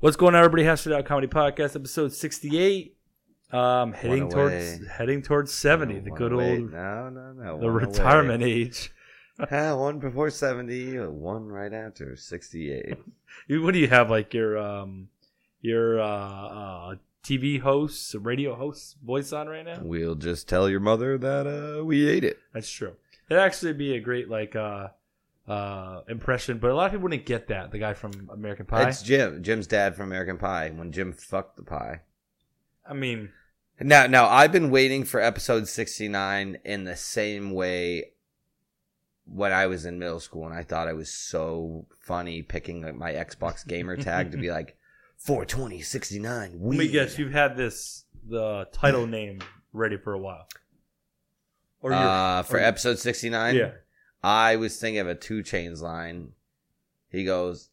What's going on, everybody? Hashtag Out Comedy Podcast, episode sixty-eight. Um, heading One towards away. heading towards seventy, the One good away. old no, no, no. the one away. retirement age. Ah, one before seventy, one right after sixty-eight. You- What do you have like your um your uh, uh TV hosts, radio hosts voice on right now? we'll just tell your mother that uh, we ate it. That's true. That'd actually be a great like uh uh impression, but a lot of people wouldn't get that. The guy from American Pie. It's Jim, Jim's dad from American Pie. When Jim fucked the pie. I mean, Now, now I've been waiting for episode sixty-nine in the same way. When I was in middle school, and I thought I was so funny picking like, my Xbox gamer tag to be like 420 69. let me guess, you've had this the title name ready for a while, or you're- uh, for or- episode 69. yeah. I was thinking of a two chains line. He goes,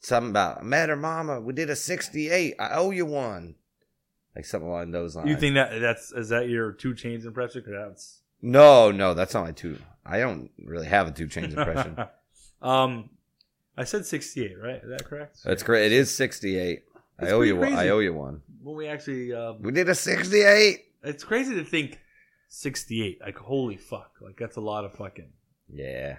something about, I met her mama. We did a 68. I owe you one. Like something along those lines. You think that that's is that your two chains impression? 'Cause that's No, no, that's not my two. I don't really have a two chains impression. um, I said sixty-eight, right? Is that correct? that's great. It is 68. I It's owe you pretty one. I crazy. owe you one. When we actually, um, We did a 68. it's crazy to think sixty-eight. Like, holy fuck! Like, that's a lot of fucking. Yeah.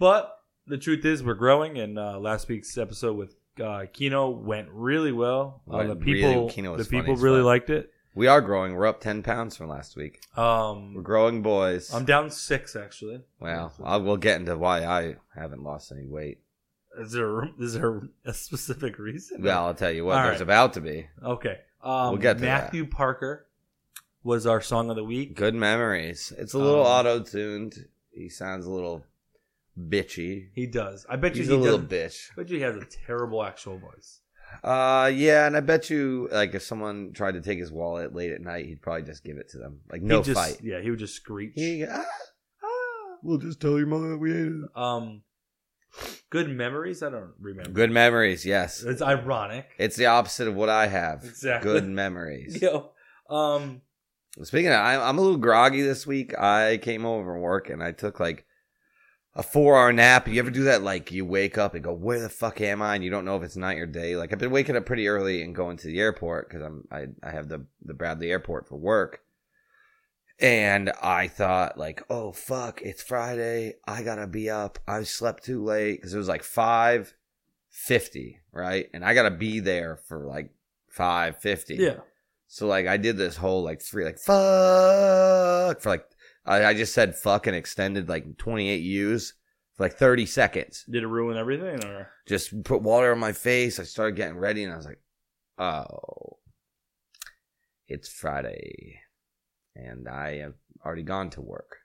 But the truth is, we're growing, and uh, last week's episode with uh, Kino went really well. Uh, Went the really- people, Kino the was funny people as really fuck. liked it. We are growing. We're up 10 pounds from last week. We're Um, growing, boys. I'm down six actually. well, I'll, we'll get into why I haven't lost any weight. is there is there a specific reason? Well, I'll tell you what, All there's right. about to be. Okay. Um, We'll get to Matthew Parker was our song of the week. Good memories. It's a little Um, auto tuned. He sounds a little bitchy. He does. I bet you He's he a little doesn't- bitch. I bet you he has a terrible actual voice. Uh, yeah, and I bet you, like, if someone tried to take his wallet late at night, he'd probably just give it to them. Like, no He'd just, fight. Yeah, he would just screech. He, ah, Ah. we'll just tell your mother that we ate it. Um, good memories. I don't remember. Good memories, yes. It's ironic. It's the opposite of what I have. Exactly. Good memories. Yo, um, Speaking of, I'm, I'm a little groggy this week. I came home from work and I took like a four hour nap. You ever do that? Like you wake up and go, "Where the fuck am I?" And you don't know if it's night or day. Like I've been waking up pretty early and going to the airport because I'm I, I have the the Bradley Airport for work. And I thought like, "Oh fuck, it's Friday. I gotta be up. I slept too late because it was like five fifty, right? And I gotta be there for like five fifty. yeah. So like I did this whole like three like fuck for like I, I just said fuck and extended like 28 U's for like 30 seconds. Did it ruin everything? Or Just put water on my face. I started getting ready and I was like, oh, it's Friday, and I have already gone to work.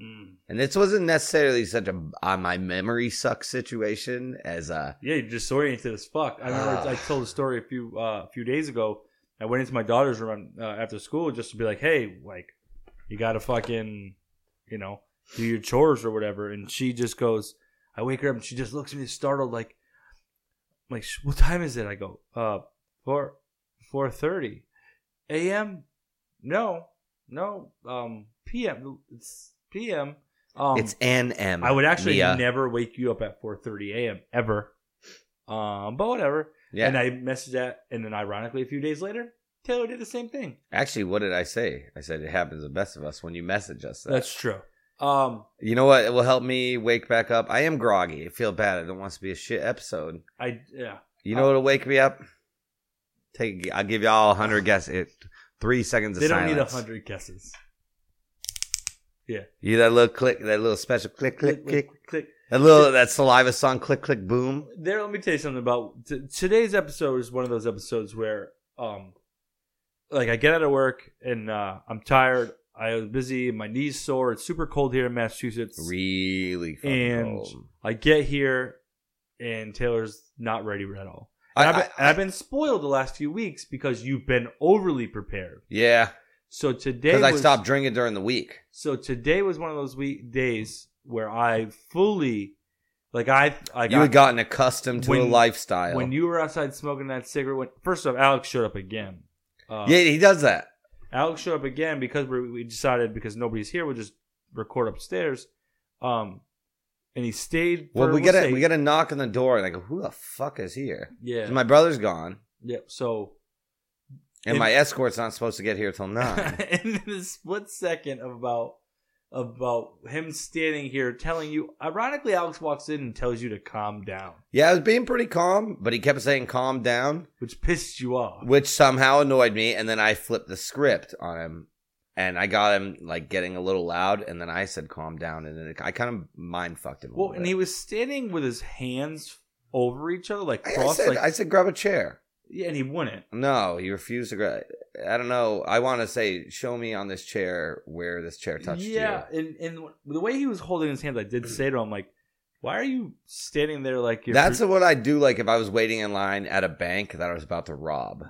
Mm. And this wasn't necessarily such a uh, my memory sucks situation as uh yeah, you're disoriented as fuck. I remember Ah. I told a story a few uh, a few days ago. I went into my daughter's room uh, after school just to be like, hey, like, you gotta fucking, you know, do your chores or whatever. And she just goes, I wake her up and she just looks at me startled, like, I'm like, "Sh- what time is it? I go, uh, four, four thirty, a.m. No, no, um, p.m. It's p.m. Um, it's NM. I would actually Mia. never wake you up at 4:30 a.m. ever. Um, but whatever. yeah. And I messaged that, and then ironically, a few days later, Taylor did the same thing. Actually, what did I say? I said it happens to the best of us when you message us. That. That's true. Um, You know what? It will help me wake back up. I am groggy. I feel bad. I don't want this to be a shit episode. I yeah. You know what'll wake me up? Take. I'll give y'all a hundred guess. It three seconds of they don't silence. need a hundred guesses. You that little click, that little special click, click, click, click. that little that saliva song, click, click, boom. There. Let me tell you something about t- today's episode. Is one of those episodes where, um, like I get out of work and uh, I'm tired. I was busy. My knees sore. It's super cold here in Massachusetts. Really fucking And- cold. I get here, and Taylor's not ready at all. I, And I've, been, I- and I've been spoiled the last few weeks because you've been overly prepared. yeah, So today, because I was- stopped drinking during the week. So today was one of those week days where I fully, like I, like you I, had gotten accustomed to When- a lifestyle. when you were outside smoking that cigarette. When, first off, Alex showed up again. Uh, yeah, he does that. Alex showed up again because we, we decided because nobody's here, we'll just record upstairs. Um, and he stayed. Well, for- we we'll get a say- we get a knock on the door, and I go, "Who the fuck is here?" yeah, And my brother's gone, yeah. So and And- my escort's not supposed to get here till nine. and in the split second of about about him standing here telling you, ironically, Alex walks in and tells you to calm down, yeah, I was being pretty calm, but he kept saying, "Calm down," which pissed you off. which somehow annoyed me. And then I flipped the script on him, and I got him like getting a little loud, and then I said, "Calm down," and then I kind of mind fucked him. a Well, little and bit. he was standing with his hands over each other, like I- I, crossed, said, like I said, grab a chair. yeah, and he wouldn't. No, he refused to grab. I don't know. I want to say, show me on this chair where this chair touched yeah, you. and and the way he was holding his hands, I did say to him, like, why are you standing there like you're That's what I do. Like if I was waiting in line at a bank that I was about to rob,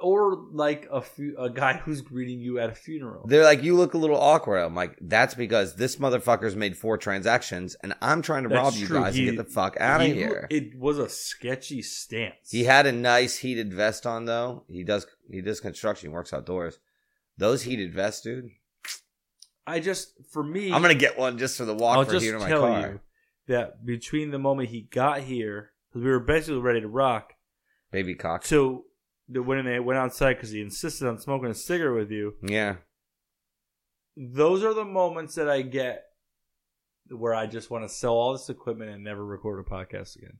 or like a fu- a guy who's greeting you at a funeral. they're like, "You look a little awkward." I'm like, "That's because this motherfucker's made four transactions, and I'm trying to That's rob you true. guys He- and get the fuck out He- of here." It was a sketchy stance. He had a nice heated vest on though. He does he does construction, he works outdoors. Those heated vests, dude. I just for me, I'm gonna get one just for the walk I'll for just here to my tell car. you that between the moment he got here, because we were basically ready to rock, Baby cock. to the when they went outside because he insisted on smoking a cigarette with you. yeah. Those are the moments that I get where I just want to sell all this equipment and never record a podcast again.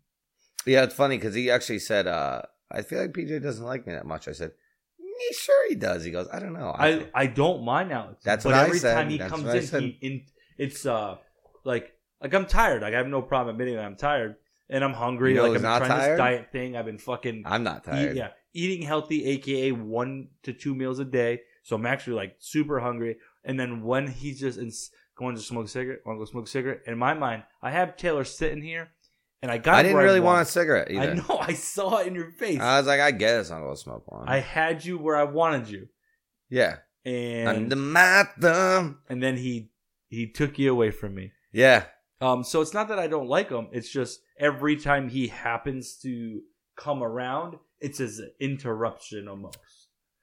Yeah, it's funny because he actually said, uh, I feel like PJ doesn't like me that much. I said, "Yeah, sure he does. He goes, I don't know. I, I, I don't mind Alex. That's but what I every said. time he That's comes what I in, said. he in it's uh like like I'm tired. Like I have no problem admitting that I'm tired and I'm hungry. You know like who's I'm not trying tired? this diet thing. I've been fucking I'm not eat, tired. yeah eating healthy, aka one to two meals a day. So I'm actually like super hungry. And then when he's just ins- going to smoke a cigarette, want to go smoke a cigarette. In my mind, I have Taylor sitting here, and I got. I didn't where really want a cigarette either. Uh, I know. I saw it in your face. I was like, I guess I'll go smoke one. I had you where I wanted you, yeah. and Under my thumb. and then he he took you away from me. Yeah. Um, so it's not that I don't like him. It's just every time he happens to come around, it's as an interruption almost.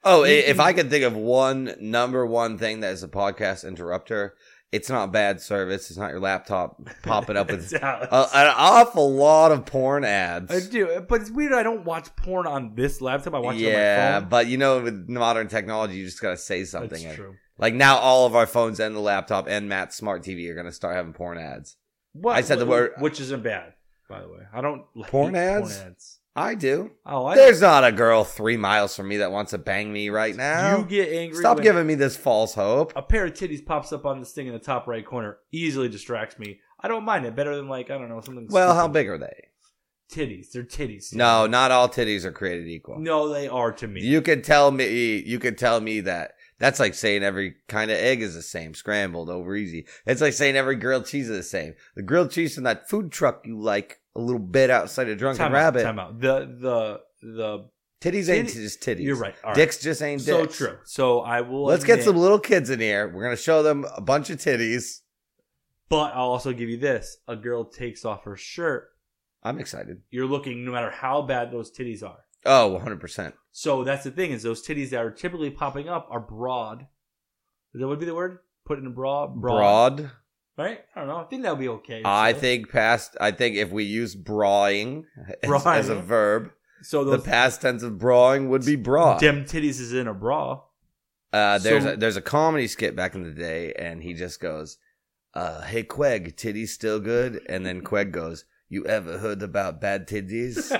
Oh, i- You if can- I could think of one number one thing that is a podcast interrupter, it's not bad service. It's not your laptop popping up with It's Alex. a, an awful lot of porn I ads. do, but it's weird. I don't watch porn on this laptop. I watch it yeah, on my phone. but you know, with modern technology, you just gotta say something. That's And- true. Like now, all of our phones and the laptop and Matt's smart TV are gonna start having porn ads. What, I said the wh- word- which isn't bad, by the way. I don't like Porn ads? I do. Oh, I There's not a girl three miles from me that wants to bang me right you now. get angry. Stop when giving me this false hope. a pair of titties pops up on this thing in the top right corner. Easily distracts me. I don't mind it better than like I don't know something. Well, how stupid. big are they? titties? They're titties. No, not all titties are created equal. No, they are to me. You could tell me. You could tell me that. That's like saying every kind of egg is the same, scrambled over easy. It's like saying every grilled cheese is the same. The grilled cheese from that food truck you like a little bit outside of Drunken time Rabbit. Out, time out. The the the. Titties ain't Titty- just titties. You're right. All right. Dicks just ain't dicks. so true. So I will. Let's get admit- some little kids in here. We're gonna show them a bunch of titties. But I'll also give you this: a girl takes off her shirt. I'm excited. You're looking no matter how bad those titties are. Oh, 100 percent. So that's the thing is those titties that are typically popping up are broad. That would be the word. Put in a bra, broad, Broad. right? I don't know. I think that would be okay. I think past. I think if we use brawing as, Brawing. as a verb, so. the Those past tense of brawing would be broad. dim titties is in a bra. Uh, there's So- a, there's a comedy skit back in the day, and he just goes, uh, "Hey Queg, titties still good?" And then Queg goes, "You ever heard about bad titties?"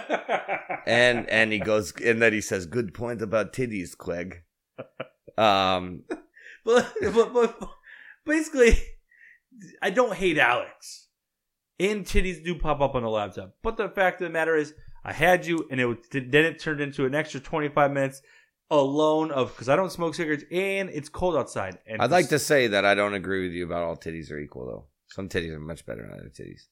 and and he goes, and then he says, "Good point about titties, Queg." Um, but, but, but basically, I don't hate Alex. And titties do pop up on the laptop. But the fact of the matter is, I had you, and it was, then it turned into an extra 25 minutes alone of because I don't smoke cigarettes, and it's cold outside. And I'd like to say that I don't agree with you about all titties are equal, though. Some titties are much better than other titties.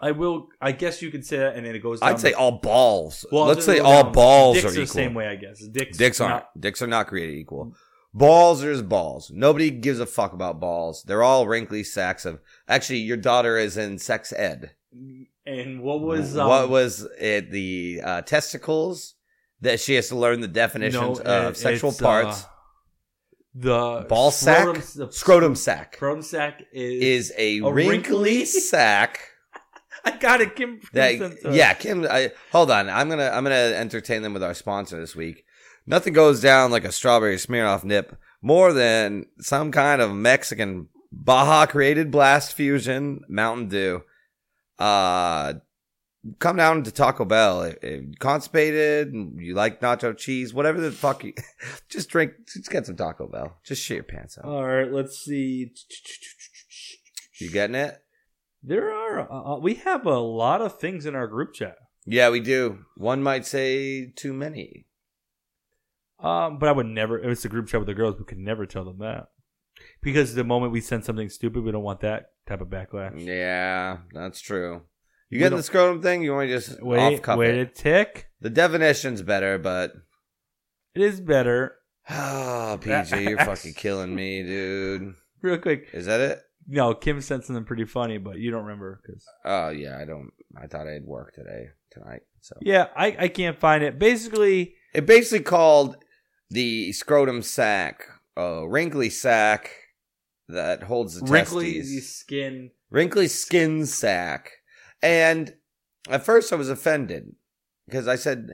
I will. I guess you could say that, and then it goes. Down I'd say all balls. Well, Let's it say goes all down. balls Dicks are equal. the same way, I guess. Dicks, Dicks not- aren't. Dicks are not created equal. Balls are just balls. Nobody gives a fuck about balls. They're all wrinkly sacks of. Actually, your daughter is in sex ed. And what was um, what was it? The uh, testicles that she has to learn the definitions no, of it- sexual it's, parts. uh, the Ball sack? scrotum, the Scrotum sack scrotum sack is is a a wrinkly wrinkly- sack I got it, Kim. That, Crimson. yeah, Kim. I, hold on, I'm gonna I'm gonna entertain them with our sponsor this week. Nothing goes down like a strawberry Smirnoff nip more than some kind of Mexican Baja created blast fusion Mountain Dew. Uh, come down to Taco Bell. If, if constipated, you like nacho cheese, whatever the fuck. You, just drink. Just get some Taco Bell. Just shit your pants out. All right, let's see. You getting it? There are uh, we have a lot of things in our group chat. Yeah, we do. One might say too many. Um, but I would never. If it's a group chat with the girls, we could never tell them that because the moment we send something stupid, we don't want that type of backlash. Yeah, that's true. You We getting don't- the scrotum thing? You want to just Wait, off cup wait it? a tick. The definition's better, but It is better. oh, PG, you're fucking killing me, dude. Real quick. Is that it? No, Kim sent something pretty funny, but you don't remember because Oh yeah, I don't. I thought I'd work today tonight. So yeah, I I can't find it. Basically, it basically called the scrotum sac, a wrinkly sac that holds the wrinkly testes. the skin. wrinkly skin sack. And at first I was offended because I said,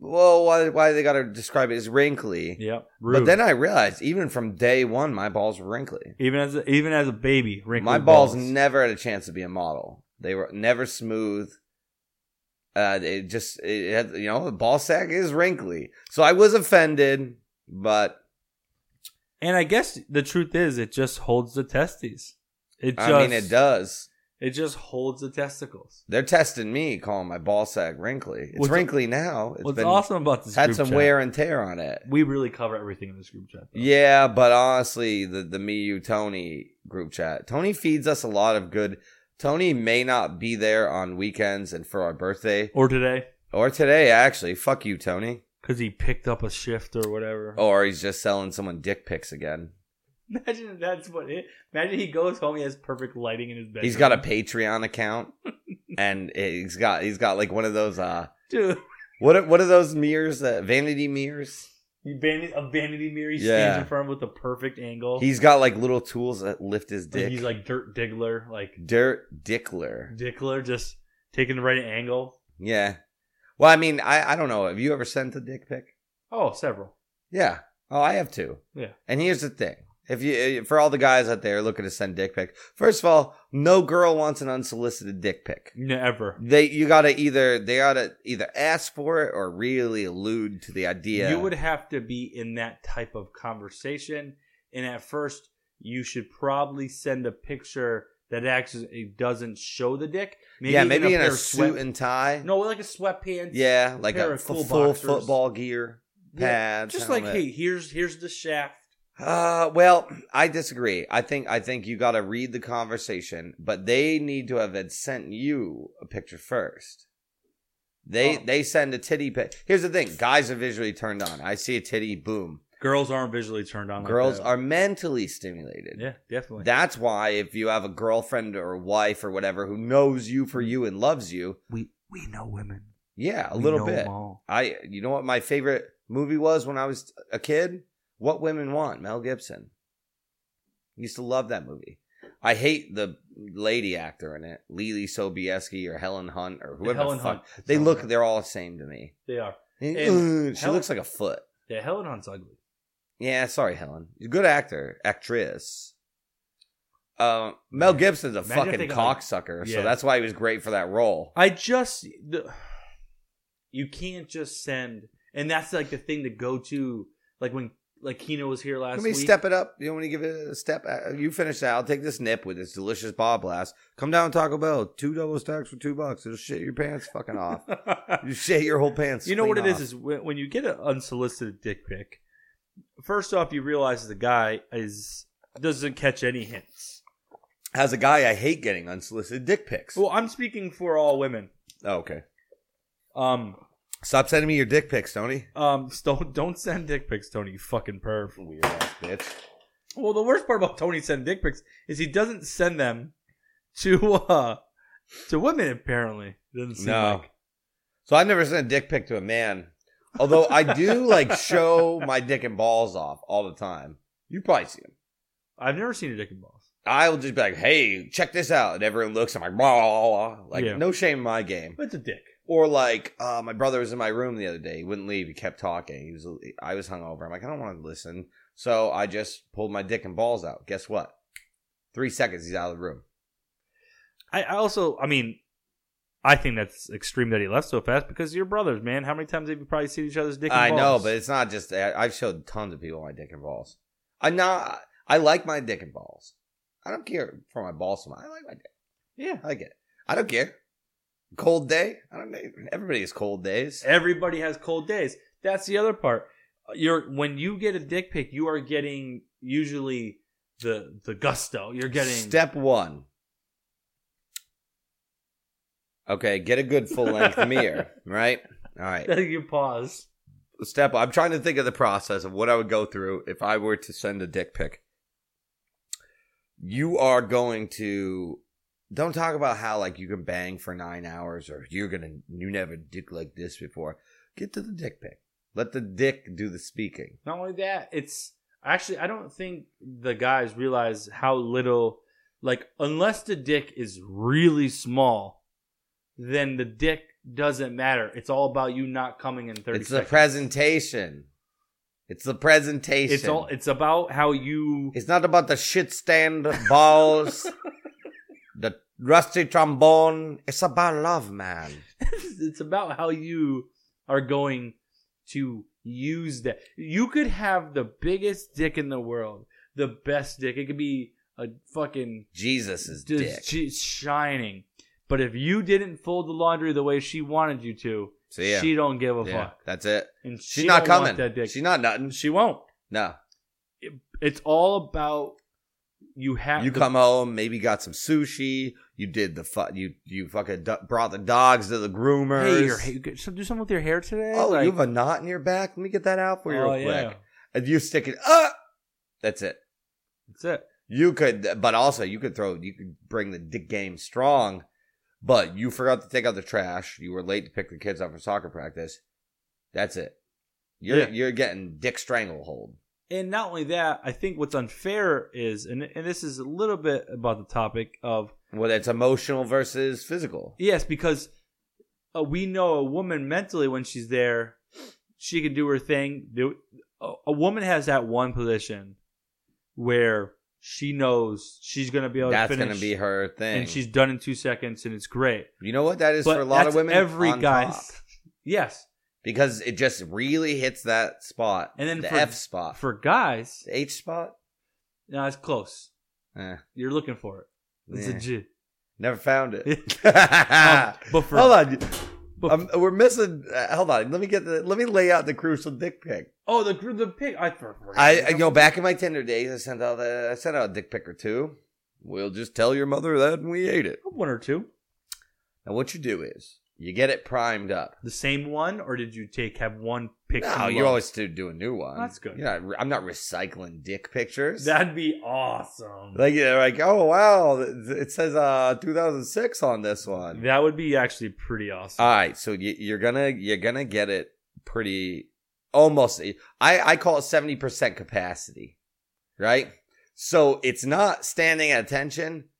well, why, why they got to describe it as wrinkly? Yep. But Rude. then I realized even from day one, my balls were wrinkly. even as a, even as a baby, wrinkled my balls, never had a chance to be a model. They were never smooth. Uh, it just, it had, you know, the ball sack is wrinkly. So I was offended, but and I guess the truth is, it just holds the testes. It just I mean, it does. It just holds the testicles. They're testing me, calling my ball sack wrinkly. It's What's- wrinkly now. It's What's been awesome about this It's had group some chat- wear and tear on it. We really cover everything in this group chat. though. Yeah, but honestly, the the me you Tony group chat. Tony feeds us a lot of good. Tony may not be there on weekends and for our birthday Or today, or today actually. Fuck you, Tony. because he picked up a shift or whatever. Or he's just selling someone dick pics again. Imagine if that's what it. Imagine he goes home. He has perfect lighting in his bedroom. He's got a Patreon account, and he's got he's got like one of those uh dude. what are, what are those mirrors that vanity mirrors? He vanity, a vanity mirror. He Yeah. stands in front of him with the perfect angle. He's got like little tools that lift his like, dick. he's like Dirt Diggler, like Dirt Dickler. Dickler, just taking the right angle. Yeah. Well, I mean, I, I don't know. Have you ever sent a dick pic? Oh, several. Yeah. Oh, I have two. Yeah. And here's the thing. If you eh, for all the guys out there looking to send dick pic, first of all, no girl wants an unsolicited dick pic. Never. They you gotta either they gotta either ask for it or really allude to the idea. You would have to be in that type of conversation. And at first, you should probably send a picture that actually it doesn't show the dick. yeah, maybe in a, pair of suit sweat- and tie. no, like a sweatpants. yeah, like pair a of cool full boxers. football gear, Yeah, pads, just like helmet. hey, here's here's the shaft. Uh, well, I disagree. I think I think you got to read the conversation, but they need to have had sent you a picture first. They Oh. they send a titty pic. Here's the thing: guys are visually turned on. I see a titty, boom. Girls aren't visually turned on. like Girls that. are mentally stimulated. Yeah, definitely. That's why if you have a girlfriend or wife or whatever who knows you for you and loves you, we we know women yeah, a Mm. We little know bit. them all. I you know what my favorite movie was when I was a kid? What Women Want, Mel Gibson. Used to love that movie. I hate the lady actor in it, Lily Sobieski or Helen Hunt or whoever. Helen the fuck. Hunt. They look they're all the same to me. They are. And, And uh, she Helen- looks like a foot. Yeah, Helen Hunt's ugly. Yeah, sorry, Helen. You're a Good actor, actress. Uh, Mel Man. Gibson's a Imagine if they fucking got, like- cocksucker, so Yeah. that's why he was great for that role. I just the, you can't just send, and that's like the thing to go to. Like when like Kino was here last Let me week. step it up. You want me to give it a step? Uh, You finish that. I'll take this nip with this delicious Bob Blast. Come down to Taco Bell. Two double stacks for two bucks. It'll shit your pants fucking off. You shit your whole pants. you know what clean it is off. is when, when you get an unsolicited dick pic. First off, you realize the guy is doesn't catch any hints. As a guy, I hate getting unsolicited dick pics. Well, I'm speaking for all women. Oh, okay. Um, Stop sending me your dick pics, Tony. um, so don't don't send dick pics, Tony. You fucking perv. Weird ass bitch. Well, the worst part about Tony sending dick pics is he doesn't send them to uh to women. Apparently, doesn't seem No. like. So I never sent a dick pic to a man. Although I do like show my dick and balls off all the time. You probably see them. I've never seen a dick and balls. I will just be like, "Hey, check this out," and everyone looks. I'm like, "Blah, blah, blah." like Yeah. no shame in my game. It's a dick. Or like, uh, my brother was in my room the other day. He wouldn't leave. He kept talking. He was, I was hungover. I'm like, I don't want to listen. So I just pulled my dick and balls out. Guess what? Three seconds, he's out of the room. I, I also, I mean, I think that's extreme that he left so fast because you're brothers, man. How many times have you probably seen each other's dick? And I know, balls? but it's not just that. I've showed tons of people my dick and balls. I not. I like my dick and balls. I don't care for my balls. so much. I like my dick. yeah, I like it. I don't care. Cold day. I don't. Everybody has cold days. everybody has cold days. That's the other part. You're when you get a dick pic, you are getting usually the the gusto. You're getting step one. Okay, get a good full length mirror. Right. All right. you pause. step. I'm trying to think of the process of what I would go through if I were to send a dick pic. You are going to don't talk about how like you can bang for nine hours or you're gonna you never dick like this before. Get to the dick pic. Let the dick do the speaking. Not only that, it's actually I don't think the guys realize how little like unless the dick is really small, then the dick doesn't matter. It's all about you not coming in thirty It's the seconds. presentation. It's the presentation. it's all it's about how you It's not about the shit stand balls, the rusty trombone. It's about love, man. it's about how you are going to use that. You could have the biggest dick in the world, the best dick. It could be a fucking Jesus is dick. just sh- shining. But if you didn't fold the laundry the way she wanted you to, So yeah, she don't give a yeah, fuck, that's it. and She's she not don't want coming. That dick. She's not nothing. she won't. No, It's all about you have you the- come home, maybe got some sushi. You did the fu- you you fucking do- brought the dogs to the groomers. Hey, your, hey, you could- so do something with your hair today. oh, Like- you have a knot in your back. Let me get that out for you Oh, real yeah. quick. And you stick it up. That's it. That's it. You could, but also you could throw, you could bring the dick game strong, but you forgot to take out the trash. You were late to pick the kids up for soccer practice. That's it. You're Yeah. you're getting dick stranglehold. and not only that, I think what's unfair is, and and this is a little bit about the topic of Whether it's emotional versus physical. yes, because uh, we know a woman mentally when she's there, she can do her thing. Do a, a woman has that one position where she knows she's gonna be able That's to finish, going to be her thing. and she's done in two seconds, and it's great. you know what that is but for a lot that's of women. every On guy's top. yes, because it just really hits that spot And then the for- F spot, for guys, the H spot. now it's close. Eh, You're looking for it. It's eh, a G. never found it. Um, but for Ah. Hold on, but- Um, we're missing. Uh, hold on, let me get the. Let me lay out the crucial dick pic. oh the gr- the pig I for- forgot. I, I you know back in my Tinder days, I sent out a, I sent out a dick pic or two. We'll just tell your mother that and we ate it. one or two. Now what you do is you get it primed up. the same one, or did you take have one picture? No, you always do, do a new one. That's good. You're not, I'm not recycling dick pictures. That'd be awesome. like you're like oh wow, it says uh 2006 on this one. that would be actually pretty awesome. All right, so you, you're gonna you're gonna get it pretty almost. I I call it seventy percent capacity, right? So it's not standing at attention,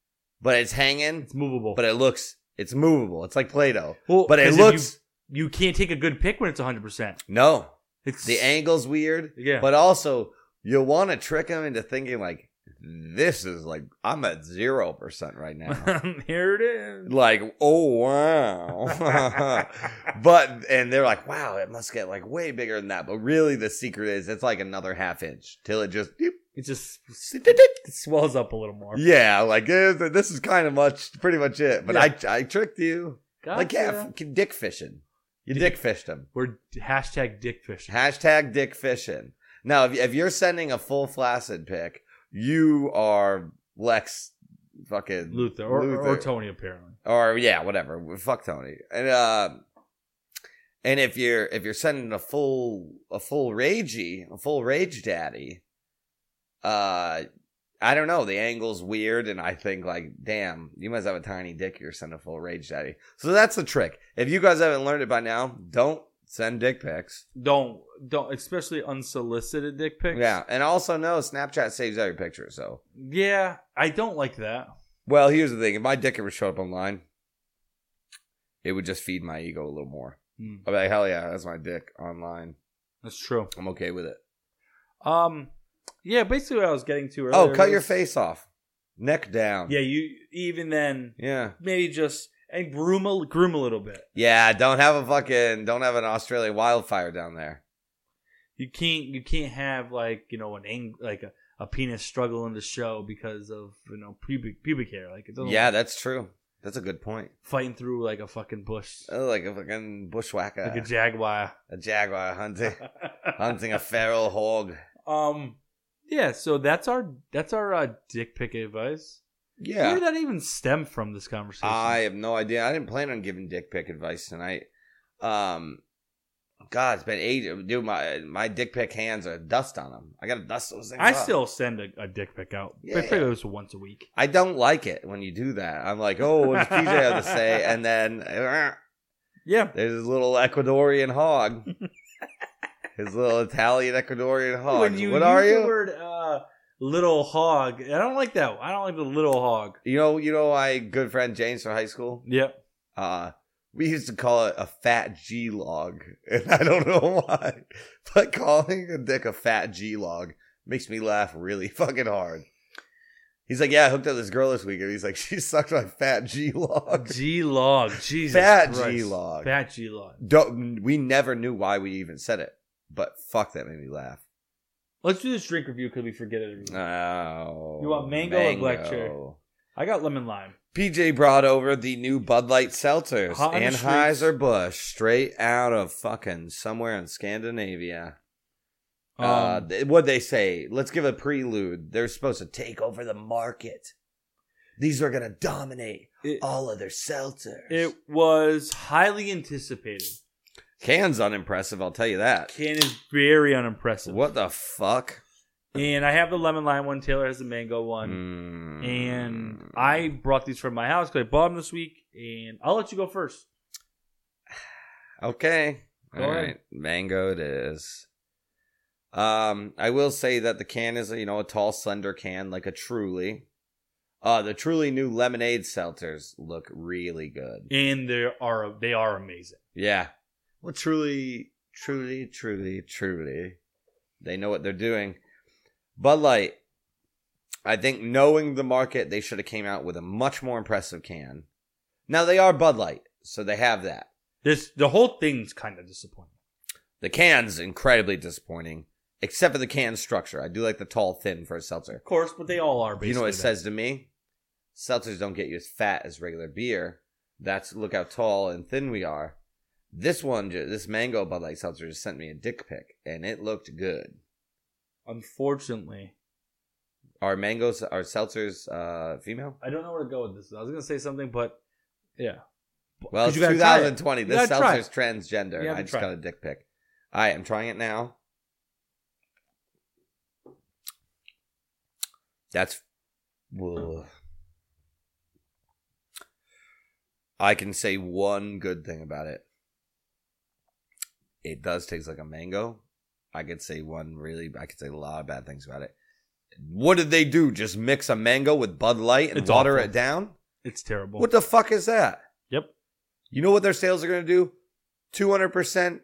but it's hanging. it's movable, But it looks it's movable. It's like Play-Doh, Well, but it 'cause if looks You, you can't take a good pic when it's one hundred percent. no. It's The angle's weird, Yeah, but also you want to trick them into thinking like this is like I'm at zero percent right now. here it is. like oh wow but and they're like wow it must get like way bigger than that but really the secret is it's like another half inch till it just doop, It just doop, doop, doop. it swells up a little more. yeah like eh, this is kind of much pretty much it but i i tricked you like yeah Gotcha. f- dick fishing you Dick- dick fished him We're hashtag dick fish. hashtag dick fishing now if, if you're sending a full flaccid pic you are lex fucking Luther or, or- or Luther. Tony apparently. or yeah, whatever. Fuck Tony. And uh, and if you're if you're sending a full a full ragey a full rage daddy, uh, I don't know. The angle's weird, and I think like, damn, you must have a tiny dick. You're sending a full rage daddy. So that's the trick. If you guys haven't learned it by now, don't Send dick pics. Don't don't especially unsolicited dick pics. Yeah, and also no, Snapchat saves every picture. So, Yeah, I don't like that. well, here's the thing: if my dick ever showed up online, it would just feed my ego a little more. Mm, I'd be like, hell yeah, that's my dick online. that's true. I'm okay with it. Um, yeah, basically what I was getting to earlier. Oh, cut your was- face off, neck down. Yeah, you even then yeah, maybe just and groom a groom a little bit. yeah. Don't have a fucking, don't have an Australian wildfire down there. You can't you can't have like you know an ang- like a, a penis struggling to show because of you know pubic pubic hair like it doesn't Yeah, that's true. That's a good point. fighting through like a fucking bush Oh, like a fucking bushwhacker, like a, a jaguar. jaguar hunting, hunting a feral hog. um, yeah. So that's our that's our uh, dick pic advice. Where Yeah, did that even stem from this conversation? I have no idea. I didn't plan on giving dick pic advice tonight. Um, God, it's been ages. Dude, my my dick pic hands are dust on them. I gotta dust those things. I up. still send a, a dick pic out. uh, Yeah. I figure it's once a week. I don't like it when you do that. I'm like, oh, what does PJ have to say? And then uh, Yeah. there's his little Ecuadorian hog, his little Italian Ecuadorian hog. When you What are use you? The word uh, little hog. I don't like that. I don't like the little hog. You know, you know, my good friend James from high school. Yep. Uh, we used to call it a fat G log, and I don't know why, but calling a dick a fat G log makes me laugh really fucking hard. He's like, yeah, I hooked up this girl this week, and he's like, she sucked my fat G log. G log. Jesus. Fat Christ. G log. Fat G log. Don't, we never knew why we even said it, but fuck, that made me laugh. Let's do this drink review because we forget it. every week. Oh, You want mango or black cherry? I got lemon lime. PJ brought over the new Bud Light seltzers, Hot on the Anheuser Busch, straight out of fucking somewhere in Scandinavia. Um, uh, what they say? Let's give a prelude. They're supposed to take over the market. These are gonna dominate it, all other seltzers. it was highly anticipated. Can's unimpressive, I'll tell you that. Can is very unimpressive. What the fuck? And I have the lemon lime one. Taylor has the mango one. Mm. And I brought these from my house because I bought them this week. And I'll let you go first. Okay. Go All ahead. right. Mango it is. Um, I will say that the can is, you know, a tall, slender can, like a truly. Uh, the truly new lemonade seltzers look really good. And they are they are amazing. Yeah. Well, truly, truly, truly, truly. They know what they're doing. Bud Light, I think knowing the market, they should have came out with a much more impressive can. Now they are Bud Light, so they have that. This the whole thing's kind of disappointing. The can's incredibly disappointing, except for the can structure. I do like the tall, thin for a seltzer. Of course, but they all are. Basically you know what it that. says to me? Seltzers don't get you as fat as regular beer. That's look how tall and thin we are. This one, ju- this mango Bud Light seltzer, just sent me a dick pic, and it looked good. Unfortunately, Are mangoes, are seltzers uh, female? I don't know where to go with this. I was gonna say something, but yeah. Well, 'Cause it's you gotta try it. 2020. You This gotta try seltzer's transgender. You and have I to just try got a dick pic. All right, I'm trying it now. That's. Ugh. I can say one good thing about it. It does taste like a mango. I could say one really. I could say a lot of bad things about it. What did they do? Just mix a mango with Bud Light and It's water awful. it down? It's terrible. What the fuck is that? Yep. You know what their sales are going to do? 200%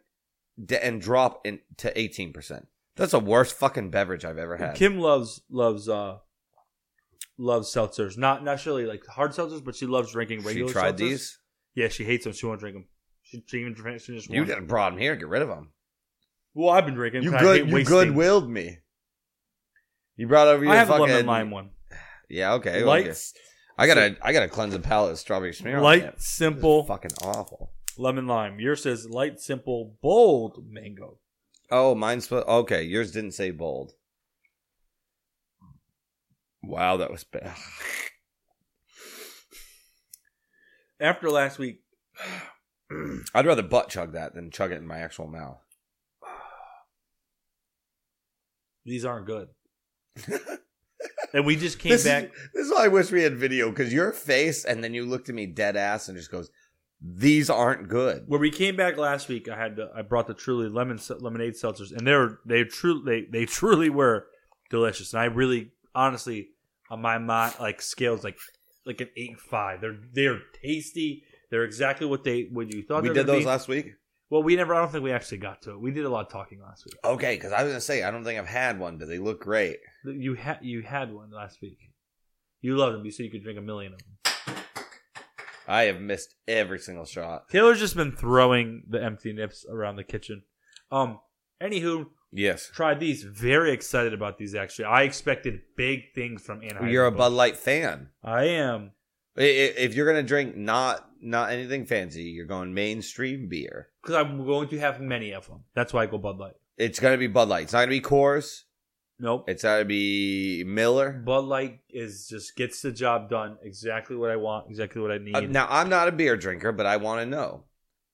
d- and drop in to 18%. That's the worst fucking beverage I've ever had. Kim loves loves uh loves seltzers. Not necessarily like hard seltzers, but she loves drinking she regular. tried seltzers. these. Yeah, she hates them. She won't drink them. She, she even drinks- she just You won't. didn't brought them here. Get rid of them. Well, I've been drinking. You 'cause I hate good. You wasting. good willed me. You brought over your I have a fucking lemon lime one. Yeah. Okay. well, Light, okay. I gotta. I gotta cleanse the palate of strawberry smear. on light, it. This is simple Fucking awful. lemon lime. Yours says light, simple, bold mango. Oh, mine's supposed. Okay, yours didn't say bold. Wow, that was bad. After last week, I'd rather butt chug that than chug it in my actual mouth. these aren't good. and we just came this back. Is, this is why I wish we had video because your face, and then you looked at me dead ass and just goes, these aren't good. When we came back last week, I had the, I brought the truly lemon se- lemonade seltzers, and they were they truly they, they truly were delicious. And I really honestly on my mind like scales like like an eight and five. They're they're tasty. They're exactly what they what you thought. We they did were gonna those be. last week. Well, we never. I don't think we actually got to it. We did a lot of talking last week. Okay, because I was gonna say I don't think I've had one, but they look great. You had you had one last week. You loved them. You said you could drink a million of them. I have missed every single shot. Taylor's just been throwing the empty nips around the kitchen. Um. Anywho, Yes, tried these. Very excited about these. Actually, I expected big things from Anheuser. you're a Bud Light fan. I am. I- i- If you're gonna drink not not anything fancy, you're going mainstream beer. Because I'm going to have many of them. That's why I go Bud Light. It's gonna be Bud Light. It's not gonna be Coors. Nope. It's gotta be Miller. Bud Light is just gets the job done. Exactly what I want. Exactly what I need. Uh, now I'm not a beer drinker, but I want to know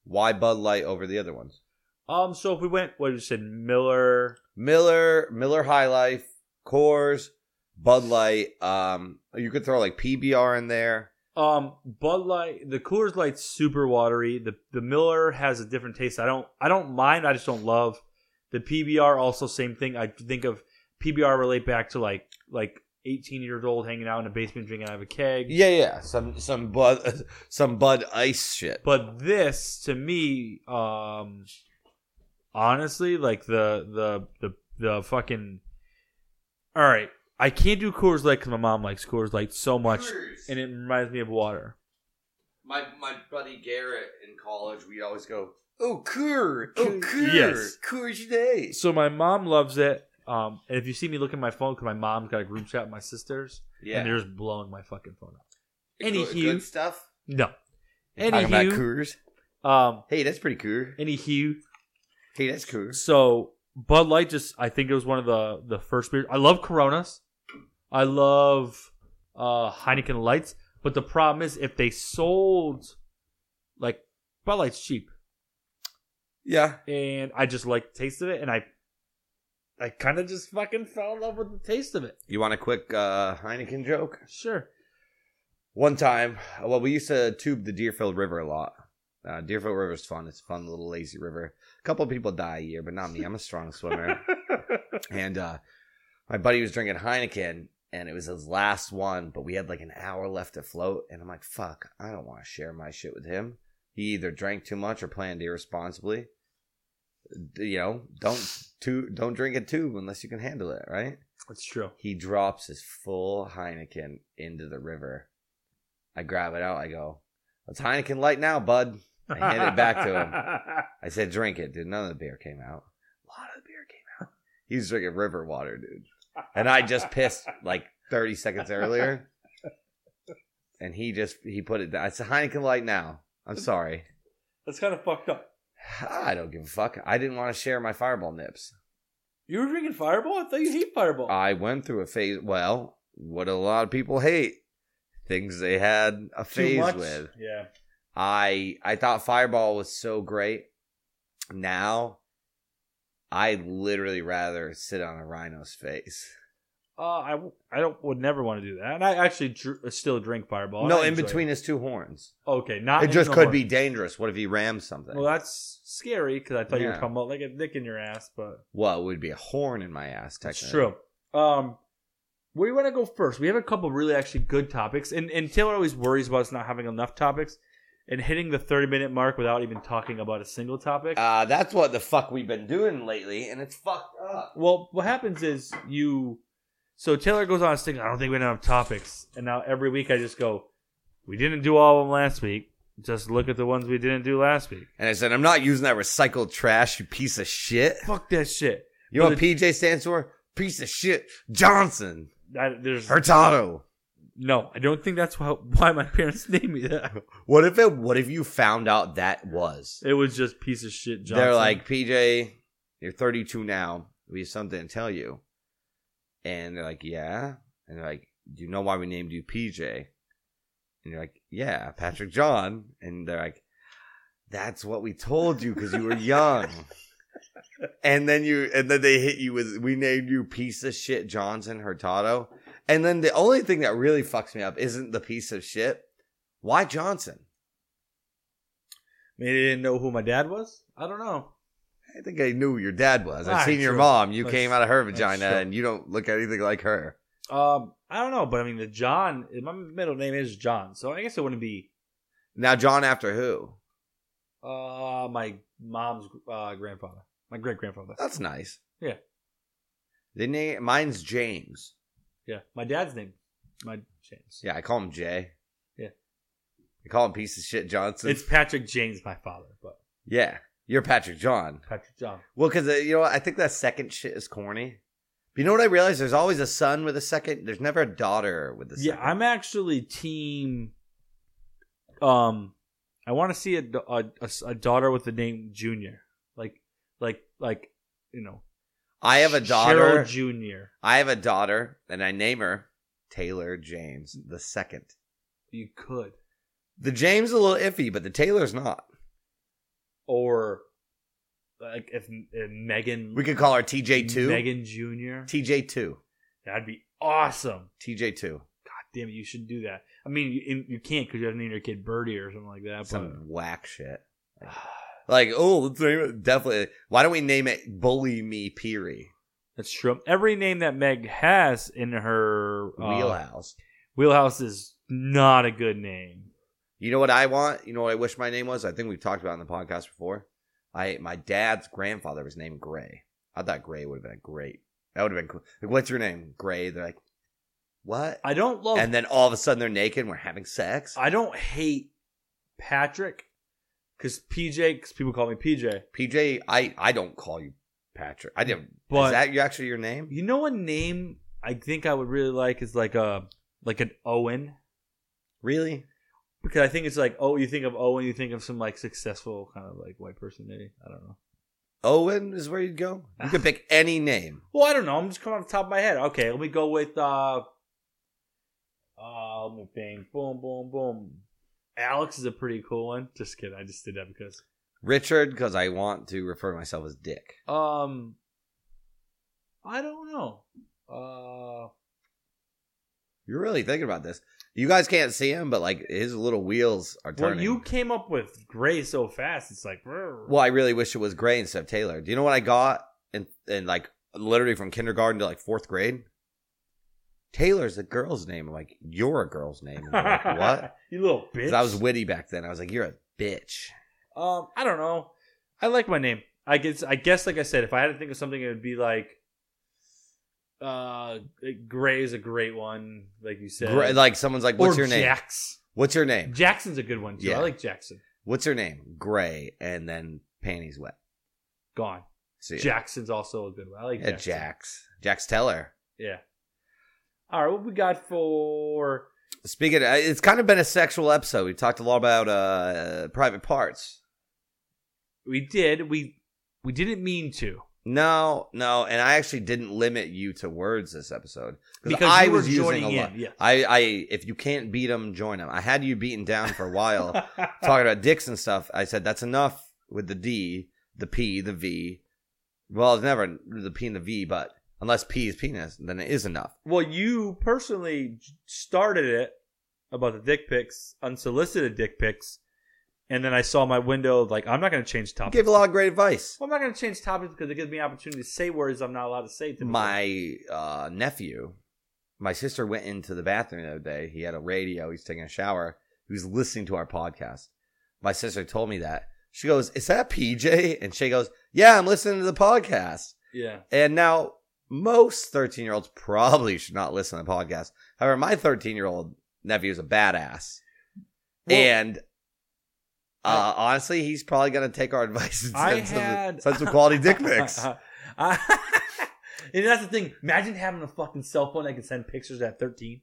why Bud Light over the other ones. um. So if we went, what did you said, Miller. Miller, Miller High Life, Coors, Bud Light. Um, you could throw like PBR in there. Um, Bud Light, the Coors Light's super watery. The the Miller has a different taste. I don't I don't mind. I just don't love the PBR. Also, same thing. I think of PBR relate back to like like eighteen years old hanging out in a basement drinking out of a keg. Yeah, yeah. Some some Bud some Bud Ice shit. But this to me, um, honestly, like the the the the fucking. All right, I can't do Coors Light because my mom likes Coors Light so much, and it reminds me of water. my my buddy Garrett in college, we'd always go, "Oh, Coor, oh, Coor, Yes. Coors days." So my mom loves it. Um, and if you see me look at my phone, because my mom's got a group chat with my sisters, Yeah, and they're just blowing my fucking phone up. any good, hue. good stuff. No. Talking about Anywho, Coors. um, Hey, that's pretty cool. anywho. Hey, that's Coors. So Bud Light just, I think it was one of the the first beers. I love Coronas. I love uh Heineken Lights, but the problem is if they sold, like Bud Light's cheap, Yeah, and I just like the taste of it, and I, I kind of just fucking fell in love with the taste of it. you want a quick uh, Heineken joke? Sure. One time, well, we used to tube the Deerfield River a lot. Uh, Deerfield River's fun. It's a fun little lazy river. A couple people die a year, but not me. I'm a strong swimmer. and uh, my buddy was drinking Heineken, and it was his last one, but we had like an hour left to float. And I'm like, fuck, I don't want to share my shit with him. He either drank too much or planned irresponsibly. D- You know, don't tu- don't drink a tube unless you can handle it, right? That's true. He drops his full Heineken into the river. I grab it out. I go, "It's Heineken light now, bud." I hand it back to him. I said, "Drink it, dude." None of the beer came out. A lot of the beer came out. He was drinking river water, dude. And I just pissed like 30 seconds earlier. And he just he put it down. It's a Heineken light now. I'm sorry. That's kind of fucked up. I don't give a fuck. I didn't want to share my fireball nips. You were drinking Fireball? I thought you hate Fireball. I went through a phase. Well, what a lot of people hate things they had a phase with. Yeah. I I thought Fireball was so great. Now, I literally rather sit on a rhino's face. Uh, I, w- I don't would never want to do that. And I actually dr- uh, still drink Fireball. and no, I in enjoy it. between his two horns, Okay, not. it in just the could horn. be dangerous. What if he rams something? Well, that's scary because I thought you were Yeah. talking about like a dick in your ass, but well, it would be a horn in my ass. that's Technically, true. Um, where do you want to go first? We have a couple really actually good topics, and and Taylor always worries about us not having enough topics, and hitting the thirty minute mark without even talking about a single topic. Uh, that's what the fuck we've been doing lately, and it's fucked up. Well, what happens is you. So Taylor goes on saying, "I don't think we have enough topics," and now every week I just go, "We didn't do all of them last week. Just look at the ones we didn't do last week. And I said, I'm not using that recycled trash, you piece of shit. Fuck that shit. You know what PJ stands for? Piece of shit. Johnson. I, there's Hurtado. no. I don't think that's why, why my parents named me that. What if it what if you found out that was? It was just piece of shit. Johnson. They're like, PJ, you're 32 now. We have something to tell you. And they're like, Yeah. And they're like, Do you know why we named you PJ? And you're like, Yeah, Patrick John. And they're like, That's what we told you because you were young. and then you and then they hit you with we named you piece of shit Johnson Hurtado. And then the only thing that really fucks me up isn't the piece of shit. Why Johnson? Maybe they didn't know who my dad was. I don't know. I think I knew who your dad was. I've Alright, seen your sure. mom. You That's- came out of her that's vagina, true. and you don't look anything like her. Um, I don't know, but I mean, the John. My middle name is John, so I guess it wouldn't be Now, John, after who? uh my mom's uh, grandfather, my great grandfather. That's nice. Yeah. The name mine's James. Yeah, my dad's name, my James. Yeah, I call him Jay. Yeah. I call him piece of shit Johnson. it's Patrick James, my father, but yeah, you're Patrick John. Patrick John. Well, because uh, you know, what? I think that second shit is corny. But you know what I realized? There's always a son with a second. There's never a daughter with a Yeah, second. I'm actually team. Um, I want to see a, da- a- a s- a daughter with the name Junior, like like like you know. I have a daughter. Cheryl Junior. I have a daughter, and I name her Taylor James the second. You could The James is a little iffy, but the Taylor's not. or like if, if Megan We could call her TJ two. Megan Junior. TJ two. That'd be awesome. TJ two. Damn it, you should do that. I mean, you, you can't because you have to name your kid Birdie or something like that. Some whack shit. But Like, oh, let's name it. Definitely. Why don't we name it Bully Me Peary? that's true. Every name that Meg has in her uh, Wheelhouse. Wheelhouse is not a good name. You know what I want? You know what I wish my name was? I think we've talked about it in the podcast before. I my dad's grandfather was named Gray. I thought Gray would have been great. That would have been cool. Like, what's your name? Gray. They're like, what? I don't love. And then all of a sudden they're naked and we're having sex. I don't hate Patrick because PJ. Because people call me PJ. PJ, I I don't call you Patrick. I didn't. is But- that you- actually your name? You know, a name I think I would really like is like a like an Owen. Really? Because I think it's like, oh, you think of Owen, you think of some like successful kind of like white person, maybe. I don't know. Owen is where you'd go. You could pick any name. Well, I don't know. I'm just coming off the top of my head. Okay, let me go with uh, uh let me think. Boom, boom, boom. Alex is a pretty cool one. Just kidding. I just did that because Richard, because I want to refer to myself as Dick. um, I don't know. Uh, You're really thinking about this. You guys can't see him, but like his little wheels are turning. well, you came up with gray so fast. It's like, Well, I really wish it was Gray instead of Taylor. Do you know what I got in, in like literally from kindergarten to like fourth grade? Taylor's a girl's name. I'm like, you're a girl's name. And they're like, what? you little bitch. 'Cause I was witty back then. I was like, you're a bitch. Um, I don't know. I like my name. I guess. I guess, like I said, if I had to think of something, it would be like, uh, Gray is a great one, like you said. Gray, like someone's like, what's or your name? Jax. What's your name? Jackson's a good one too. Yeah. I like Jackson. What's your name? Gray, and then panties wet. Gone. See, ya. Jackson's also a good one. I like yeah, Jackson. Jax, Jax Teller. Yeah. All right, what we got for? Speaking, of, it's kind of been a sexual episode. We talked a lot about uh, private parts. We did. We we didn't mean to No, no, and I actually didn't limit you to words this episode because I you were was using joining a lot. in. Yeah. I, I, if you can't beat them, join them. I had you beaten down for a while talking about dicks and stuff. I said that's enough with the D, the P, the V. Well, it's never the P and the V, but unless P is penis, then it is enough. Well, you personally j- started it about the dick pics, unsolicited dick pics, and then I saw my window like I'm not going to change You topics. gave a lot of great advice. Well, I'm not going to change topics because it gives me an opportunity to say words I'm not allowed to say. To my uh, nephew, my sister went into the bathroom the other day. He had a radio. He's taking a shower. He was listening to our podcast. My sister told me that. She goes, Is that PJ? And she goes, Yeah, I'm listening to the podcast. yeah, And now, most 13 year olds probably should not listen to the podcast. However, my 13 year old nephew is a badass. Well- and uh, honestly, he's probably going to take our advice and I send, some, had send some quality dick pics. I- and that's the thing. Imagine having a fucking cell phone that can send pictures at 13.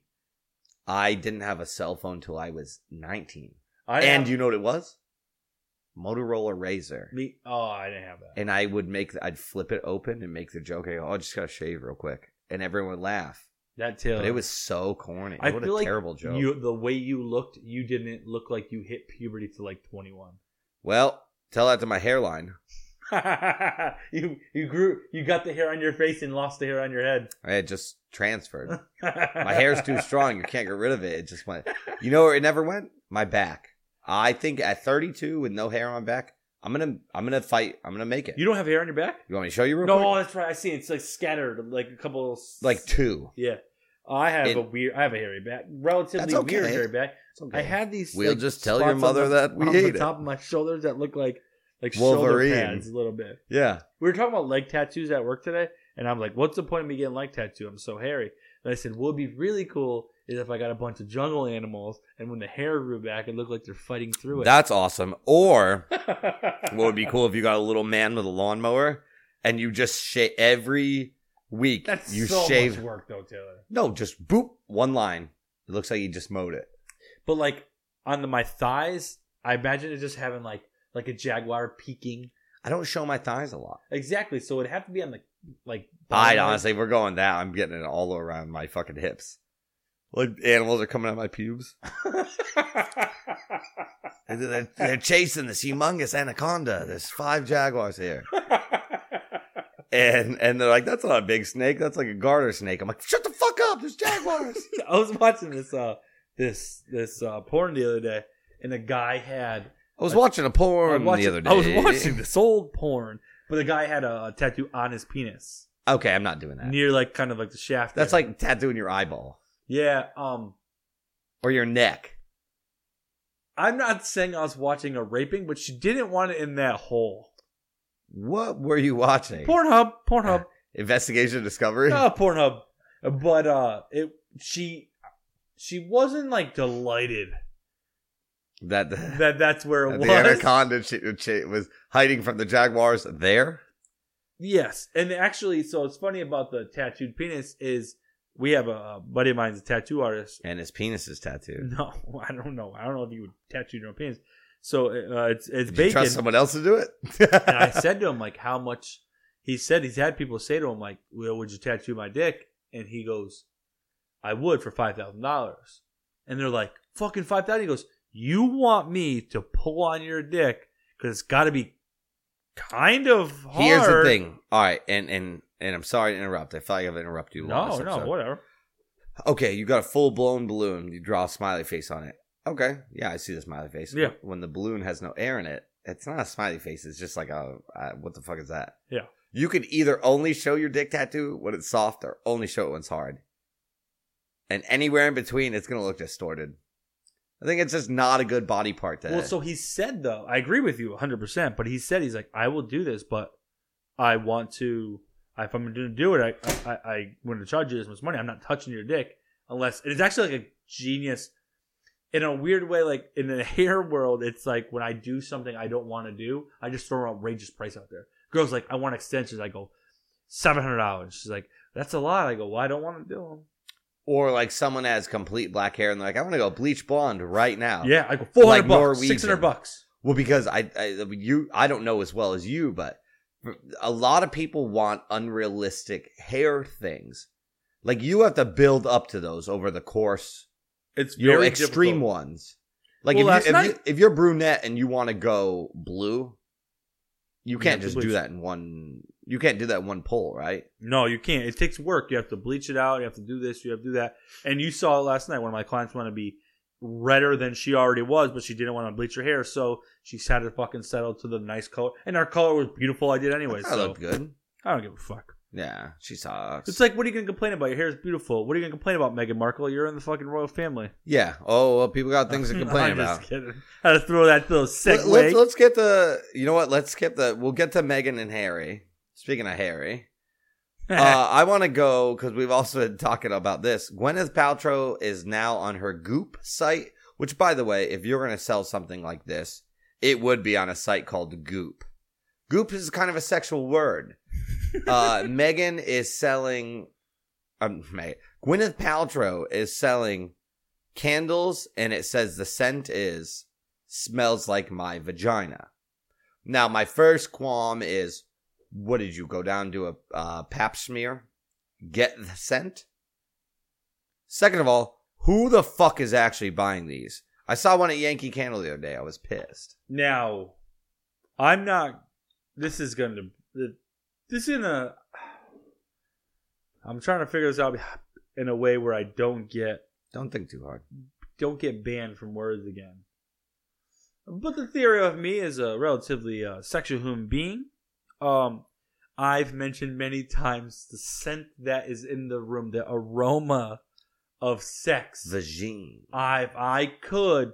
I didn't have a cell phone till I was 19. I didn't and have- you know what it was? Motorola Razor. me. Oh, I didn't have that. And I would make, the, I'd flip it open and make the joke. I go, oh, I just got to shave real quick. And everyone would laugh. That too. But it was so corny. I what a feel like terrible joke. You, the way you looked, you didn't look like you hit puberty to like 21. well, tell that to my hairline. you you grew you got the hair on your face and lost the hair on your head. I had just transferred. my hair's too strong. You can't get rid of it. It just went. You know where it never went? My back. I think at 32 with no hair on my back, I'm gonna I'm gonna fight. I'm gonna make it. You don't have hair on your back? You want me to show you real no, quick? oh, that's right. I see. It's like scattered, like a couple. s- Like two. yeah. Oh, I have It- a weird. I have a hairy back, relatively That's okay. weird hairy back. It's okay. I had these. We'll like, just tell your spots on mother the- that we on the ate it. top of my shoulders that look like like Wolverine. shoulder pads a little bit. Yeah. We were talking about leg tattoos at work today, and I'm like, "What's the point of me getting leg tattoo? I'm so hairy." And I said, "What would be really cool is if I got a bunch of jungle animals, and when the hair grew back, it looked like they're fighting through it." That's awesome. Or what what would be cool if you got a little man with a lawnmower and you just shave every week. That's you so shave. much work, though, Taylor. No, just boop one line. It looks like you just mowed it. But like on the, my thighs, I imagine it just having like like a jaguar peeking. I don't show my thighs a lot. Exactly. So it'd have to be on the like. I bottom right- honestly, if we're going down. I'm getting it all around my fucking hips. Like animals are coming out of my pubes. And They're, they're chasing this humongous anaconda. There's five jaguars here, and and they're like, "That's not a big snake. That's like a garter snake." I'm like, "Shut the fuck up! There's jaguars." I was watching this uh this this uh porn the other day, and the guy had I was watching a porn I was watching, the other day. I was watching this old porn, but the guy had a, tattoo on his penis Okay, I'm not doing that. near like kind of like the shaft. That's there. like tattooing your eyeball yeah. Um, or your neck. I'm not saying I was watching a raping, but she didn't want it in that hole. What were you watching? Pornhub, Pornhub, Investigation Discovery. Ah, Pornhub. But uh, it she she wasn't like delighted That that that's where it the was. anaconda ch- ch- was hiding from the jaguars there. Yes, and actually, so it's funny about the tattooed penis is we have a, a buddy of mine's a tattoo artist. And his penis is tattooed. No, I don't know. I don't know if you would tattoo your own penis. So uh, it's it's Did you bacon. trust someone else to do it? and I said to him like how much he said he's had people say to him like, "Well, would you tattoo my dick?" And he goes, "I would for five thousand dollars." And they're like, "Fucking five thousand He goes, "You want me to pull on your dick because it's got to be kind of hard." Here's the thing. All right, and and and I'm sorry to interrupt. I feel like I've interrupted you. a lot No, this no, episode. whatever. Okay, you got a full blown balloon. You draw a smiley face on it. Okay, yeah, I see the smiley face. Yeah. When the balloon has no air in it, it's not a smiley face. It's just like a uh, what the fuck is that? Yeah. You could either only show your dick tattoo when it's soft, or only show it when it's hard. And anywhere in between, it's gonna look distorted. I think it's just not a good body part. To Well, so he said though, I agree with you 100%, but he said he's like, I will do this, but I want to if I'm going to do it, I I I- I want to charge you this much money. I'm not touching your dick unless and it's actually like a genius in a weird way like in the hair world, it's like when I do something I don't want to do, I just throw an outrageous price out there. Girls like, I want extensions. I go $700. She's like, that's a lot. I go, well, I don't want to do them. or like someone has complete black hair and they're like, I want to go bleach blonde right now. Yeah, I go 400 Like bucks, Norwegian. 600 bucks. Well, because I, I you I don't know as well as you, but a lot of people want unrealistic hair things. Like you have to build up to those over the course. It's You know, very extreme difficult. ones. Like Well, if, you, last if, you, night- if you're brunette and you want to go blue, you have can't to just do bleach. that in one. You can't do that in one pull, right? No, you can't. It takes work. You have to bleach it out. You have to do this. You have to do that. And you saw it last night. One of my clients wanted to be redder than she already was, but she didn't want to bleach her hair, so she had to fucking settle to the nice color. And our color was beautiful. I did anyway, that so looked good. I don't give a fuck. Yeah, she sucks. It's like, what are you gonna complain about? Your hair is beautiful. What are you gonna complain about, Meghan Markle? You're in the fucking royal family. yeah. Oh, well, people got things to complain I'm about. Just kidding. I had to throw that little segue. Let- Let's, let's get the. You know what? Let's skip the. We'll get to Megan and Harry. Speaking of Harry, uh, I want to go because we've also been talking about this. Gwyneth Paltrow is now on her Goop site, which, by the way, if you're going to sell something like this, it would be on a site called Goop. Goop is kind of a sexual word. Uh, Megan is selling. Um, Ma- Gwyneth Paltrow is selling candles, and it says the scent is smells like my vagina. Now, my first qualm is what did you go down to a uh, pap smear? Get the scent? Second of all, who the fuck is actually buying these? I saw one at Yankee Candle the other day. I was pissed. Now, I'm not. This is going to. This is gonna. I'm trying to figure this out in a way where I don't get Don't think too hard. don't get banned from words again. But the theory of me is a relatively uh, sexual human being. Um, I've mentioned many times the scent that is in the room, the aroma of sex. Vagine. I, if I could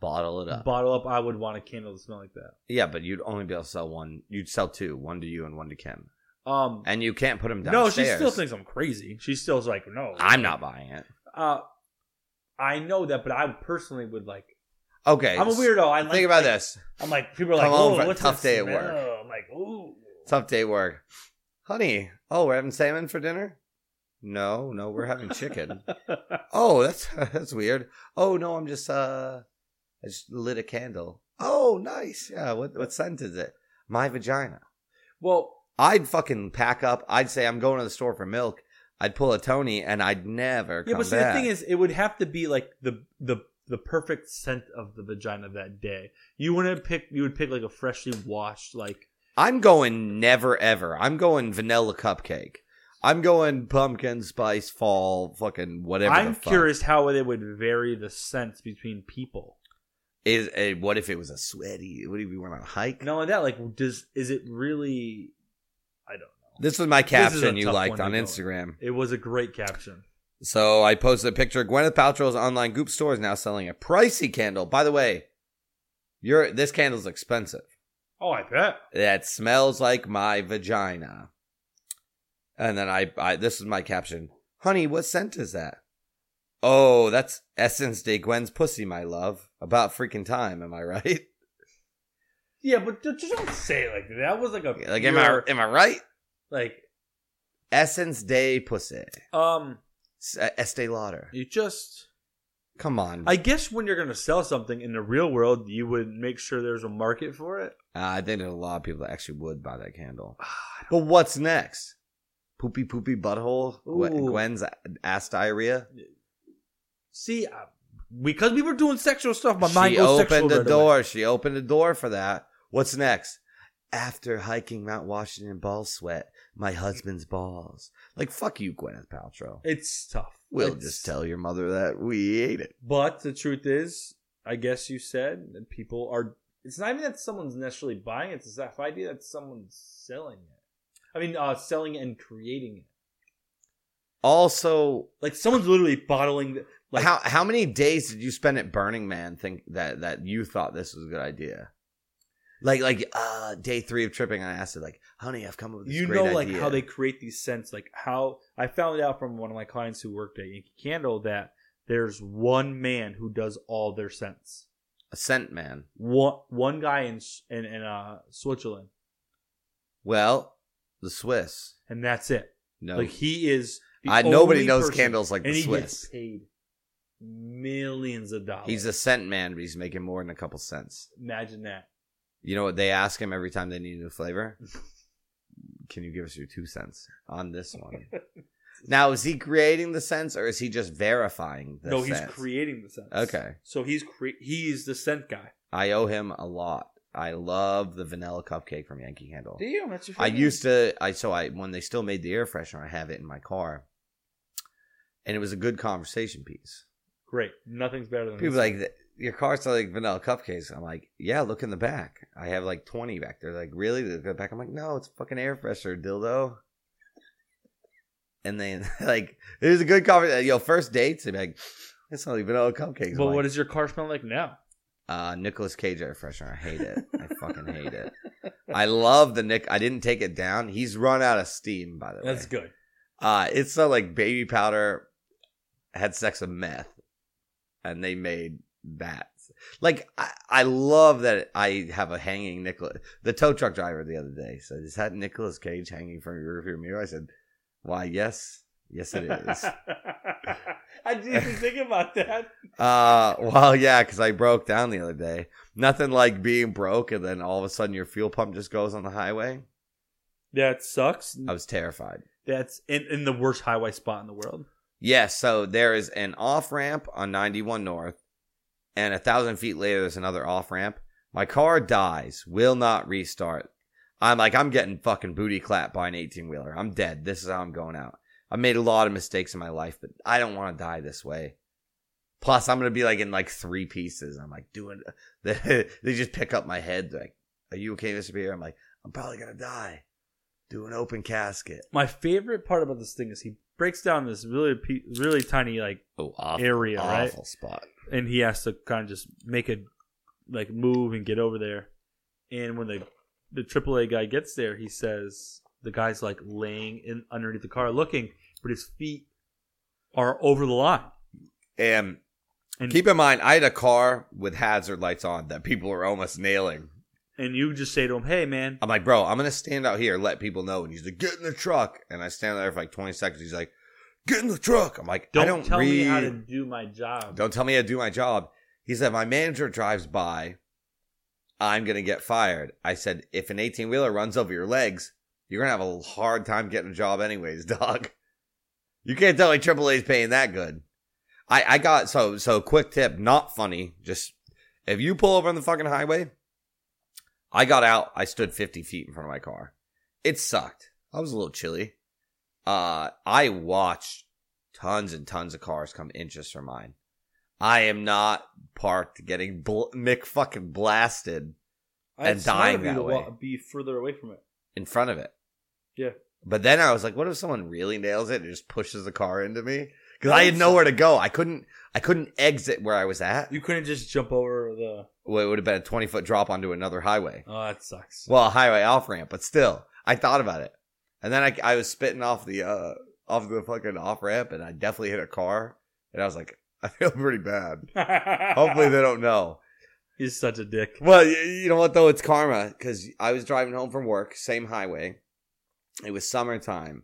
Bottle it up. bottle up, I would want a candle to smell like that. yeah, but you'd only be able to sell one. You'd sell two. One to you and one to Kim. Um, And you can't put them no, downstairs. she still thinks I'm crazy. She still's like, no, I'm not buying it. Uh, I know that, but I personally would like. Okay. I'm a weirdo. I like, Think about like- this. I'm like people are like, Come home oh, from a what's tough this day at work." smell?" I'm like, ooh. Tough day at work. Honey, oh, we're having salmon for dinner? No, no, we're having chicken. oh, that's that's weird. Oh no, I'm just uh I just lit a candle. Oh, nice. Yeah, what what scent is it? My vagina. Well, I'd fucking pack up. I'd say I'm going to the store for milk. I'd pull a Tony and I'd never yeah, come but see, back. the thing is, it would have to be like the the the perfect scent of the vagina that day. You wouldn't pick. You would pick like a freshly washed, like I'm going never ever. I'm going vanilla cupcake. I'm going pumpkin spice fall fucking whatever. I'm the fuck. curious how they would vary the scents between people. Is eh, what if it was a sweaty? What if we went on a hike? Not only that, like, does is it really? I don't know. This was my This is a caption you tough liked one to on go with. Instagram. It was a great caption. So I posted a picture. Gwyneth Paltrow's online goop store is now selling a pricey candle. By the way, your this candle's expensive. Oh, I bet. That smells like my vagina. And then I, I this is my caption. Honey, what scent is that? Oh, that's Essence de Gwen's pussy, my love. About freaking time, am I right? Yeah, but just don't say it like that. That was like a Like, am pure- I am I right? like Essence de pussy. um S- Estee Lauder. you just Come on. I guess when you're gonna sell something in the real world, you would make sure there's a market for it. Uh, I think there's a lot of people that actually would buy that candle. Ah, But what's next? Poopy poopy butthole. Gwen- Ooh. Gwen's ass diarrhea. See, I, because we were doing sexual stuff, my mind she goes sexual opened the right away. door. She opened the door for that. What's next? After hiking Mount Washington ball sweat, my husband's balls. Like fuck you, Gwyneth Paltrow. It's tough. We'll It's- just tell your mother that we ate it. But the truth is, I guess you said that people are. It's not even that someone's necessarily buying it. It's that idea that someone's selling it. I mean, uh, selling and creating it. Also, Like someone's literally bottling. The, like how how many days did you spend at Burning Man? Think that that you thought this was a good idea. Like like uh, day three of tripping on acid. Like honey, I've come up with this you great know like idea." how they create these scents like how i found out from one of my clients who worked at yankee candle that there's one man who does all their scents a scent man. one, one guy in, S- in in uh switzerland Well, the Swiss. and that's it No, like he is the I- nobody only knows person- candles like and the he Swiss. gets paid millions of dollars He's a cent man, but he's making more than a couple cents. imagine that You know what they ask him every time they need a new flavor? Can you give us your two cents on this one? now, is he creating the sense or is he just verifying the no he's scents? creating the scents Okay. so he's cre- he's the scent guy I owe him a lot. I love the vanilla cupcake from Yankee Handle. damn that's your I used to I so I when they still made the air freshener, I have it in my car. And it was a good conversation piece. great nothing's better than People this. are like "Th- your car smells like vanilla cupcakes. I'm like, yeah, look in the back. I have like 20 back there. Like, really? They look at the back. I'm like, no, it's fucking air freshener, dildo. And then like, it was a good conversation. Yo, first dates, they'd be like, it smells like vanilla cupcakes. but I'm what like, does your car smell like now uh, Nicholas Cage air freshener? I hate it. I fucking hate it. I love the Nick. I didn't take it down. He's run out of steam by the way. that's good Uh, it smelled like baby powder had sex with meth, and they made that. Like I, I love that I have a hanging Nicholas. The tow truck driver the other day said, "Is that Nicholas Cage hanging from your rearview mirror?" I said, "Why, yes, yes, it is." I didn't even think about that. uh, well, yeah, because I broke down the other day. Nothing like being broke, and then all of a sudden your fuel pump just goes on the highway. That sucks. I was terrified. That's in, in the worst highway spot in the world. Yes, so there is an off ramp on 91 North, and a thousand feet later, there's another off ramp. My car dies, will not restart. I'm like, I'm getting fucking booty clapped by an 18 wheeler. I'm dead. This is how I'm going out. I made a lot of mistakes in my life, but I don't want to die this way. Plus, I'm gonna be like in like three pieces. I'm like doing. They, they just pick up my head. They're like, "Are you okay, Mister Beer?" I'm like, "I'm probably gonna die." Do an open casket. My favorite part about this thing is he breaks down this really pe- really tiny like Oh, awful, area, right? awful spot. and he has to kind of just make a like move and get over there. And when the the AAA guy gets there, he says the guy's like laying in underneath the car looking, but his feet are over the line. And, And keep in mind, I had a car with hazard lights on that people were almost nailing. and you just say to him, "Hey, man, I'm like, "Bro, I'm gonna stand out here, let people know." And he's like, "Get in the truck." And I stand there for like 20 seconds. He's like, "Get in the truck." I'm like, don't, "I don't tell read. me how to do my job." Don't tell me how to do my job. He said, My manager drives by. I'm going to get fired. I said, If an 18 wheeler runs over your legs, you're going to have a hard time getting a job, anyways, dog. You can't tell me AAA's paying that good. I, I got so, so quick tip, not funny. Just if you pull over on the fucking highway, I got out. I stood 50 feet in front of my car. It sucked. I was a little chilly. Uh, I watched tons and tons of cars come inches from mine. I am not parked getting bl- Mick fucking blasted and It's smart dying of you that to way. wa- Be further away from it. in front of it. Yeah. But then I was like, what if someone really nails it and just pushes the car into me? Because I had nowhere to go. I couldn't. I couldn't exit where I was at. You couldn't just jump over the. Well, it would have been a twenty foot drop onto another highway. Oh, that sucks. Well, a highway off ramp, but still, I thought about it. And then I, I was spitting off the uh off the fucking off ramp, and I definitely hit a car. And I was like, I feel pretty bad. Hopefully they don't know. he's such a dick. Well, y- you know what though? It's karma because I was driving home from work, same highway. It was summertime.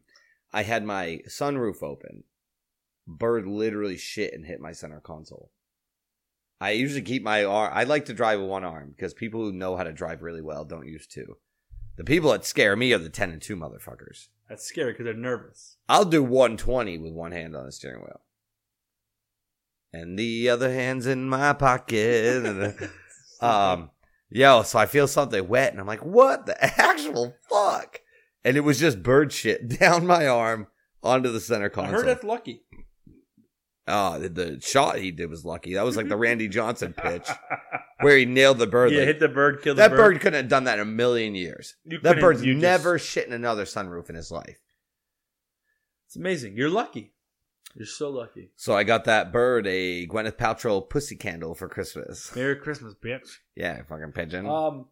I had my sunroof open. Bird literally shit and hit my center console. I usually keep my arm. I like to drive with one arm because people who know how to drive really well don't use two. The people that scare me are the ten and two motherfuckers. That's scary because they're nervous. I'll do 120 with one hand on the steering wheel. And the other hand's in my pocket. um, yo, so I feel something wet and I'm like, what the actual fuck? And it was just bird shit down my arm onto the center I console. heard that's lucky. Uh, the- the shot he did was lucky. That was like the Randy Johnson pitch where he nailed the bird. yeah, like- hit the bird, kill the that bird. bird couldn't have done that in a million years. You That couldn't- bird's you just- never shit in another sunroof in his life. It's amazing. You're lucky. You're so lucky. So I got that bird a Gwyneth Paltrow pussy candle for Christmas. Merry Christmas, bitch. Yeah, fucking pigeon. Um,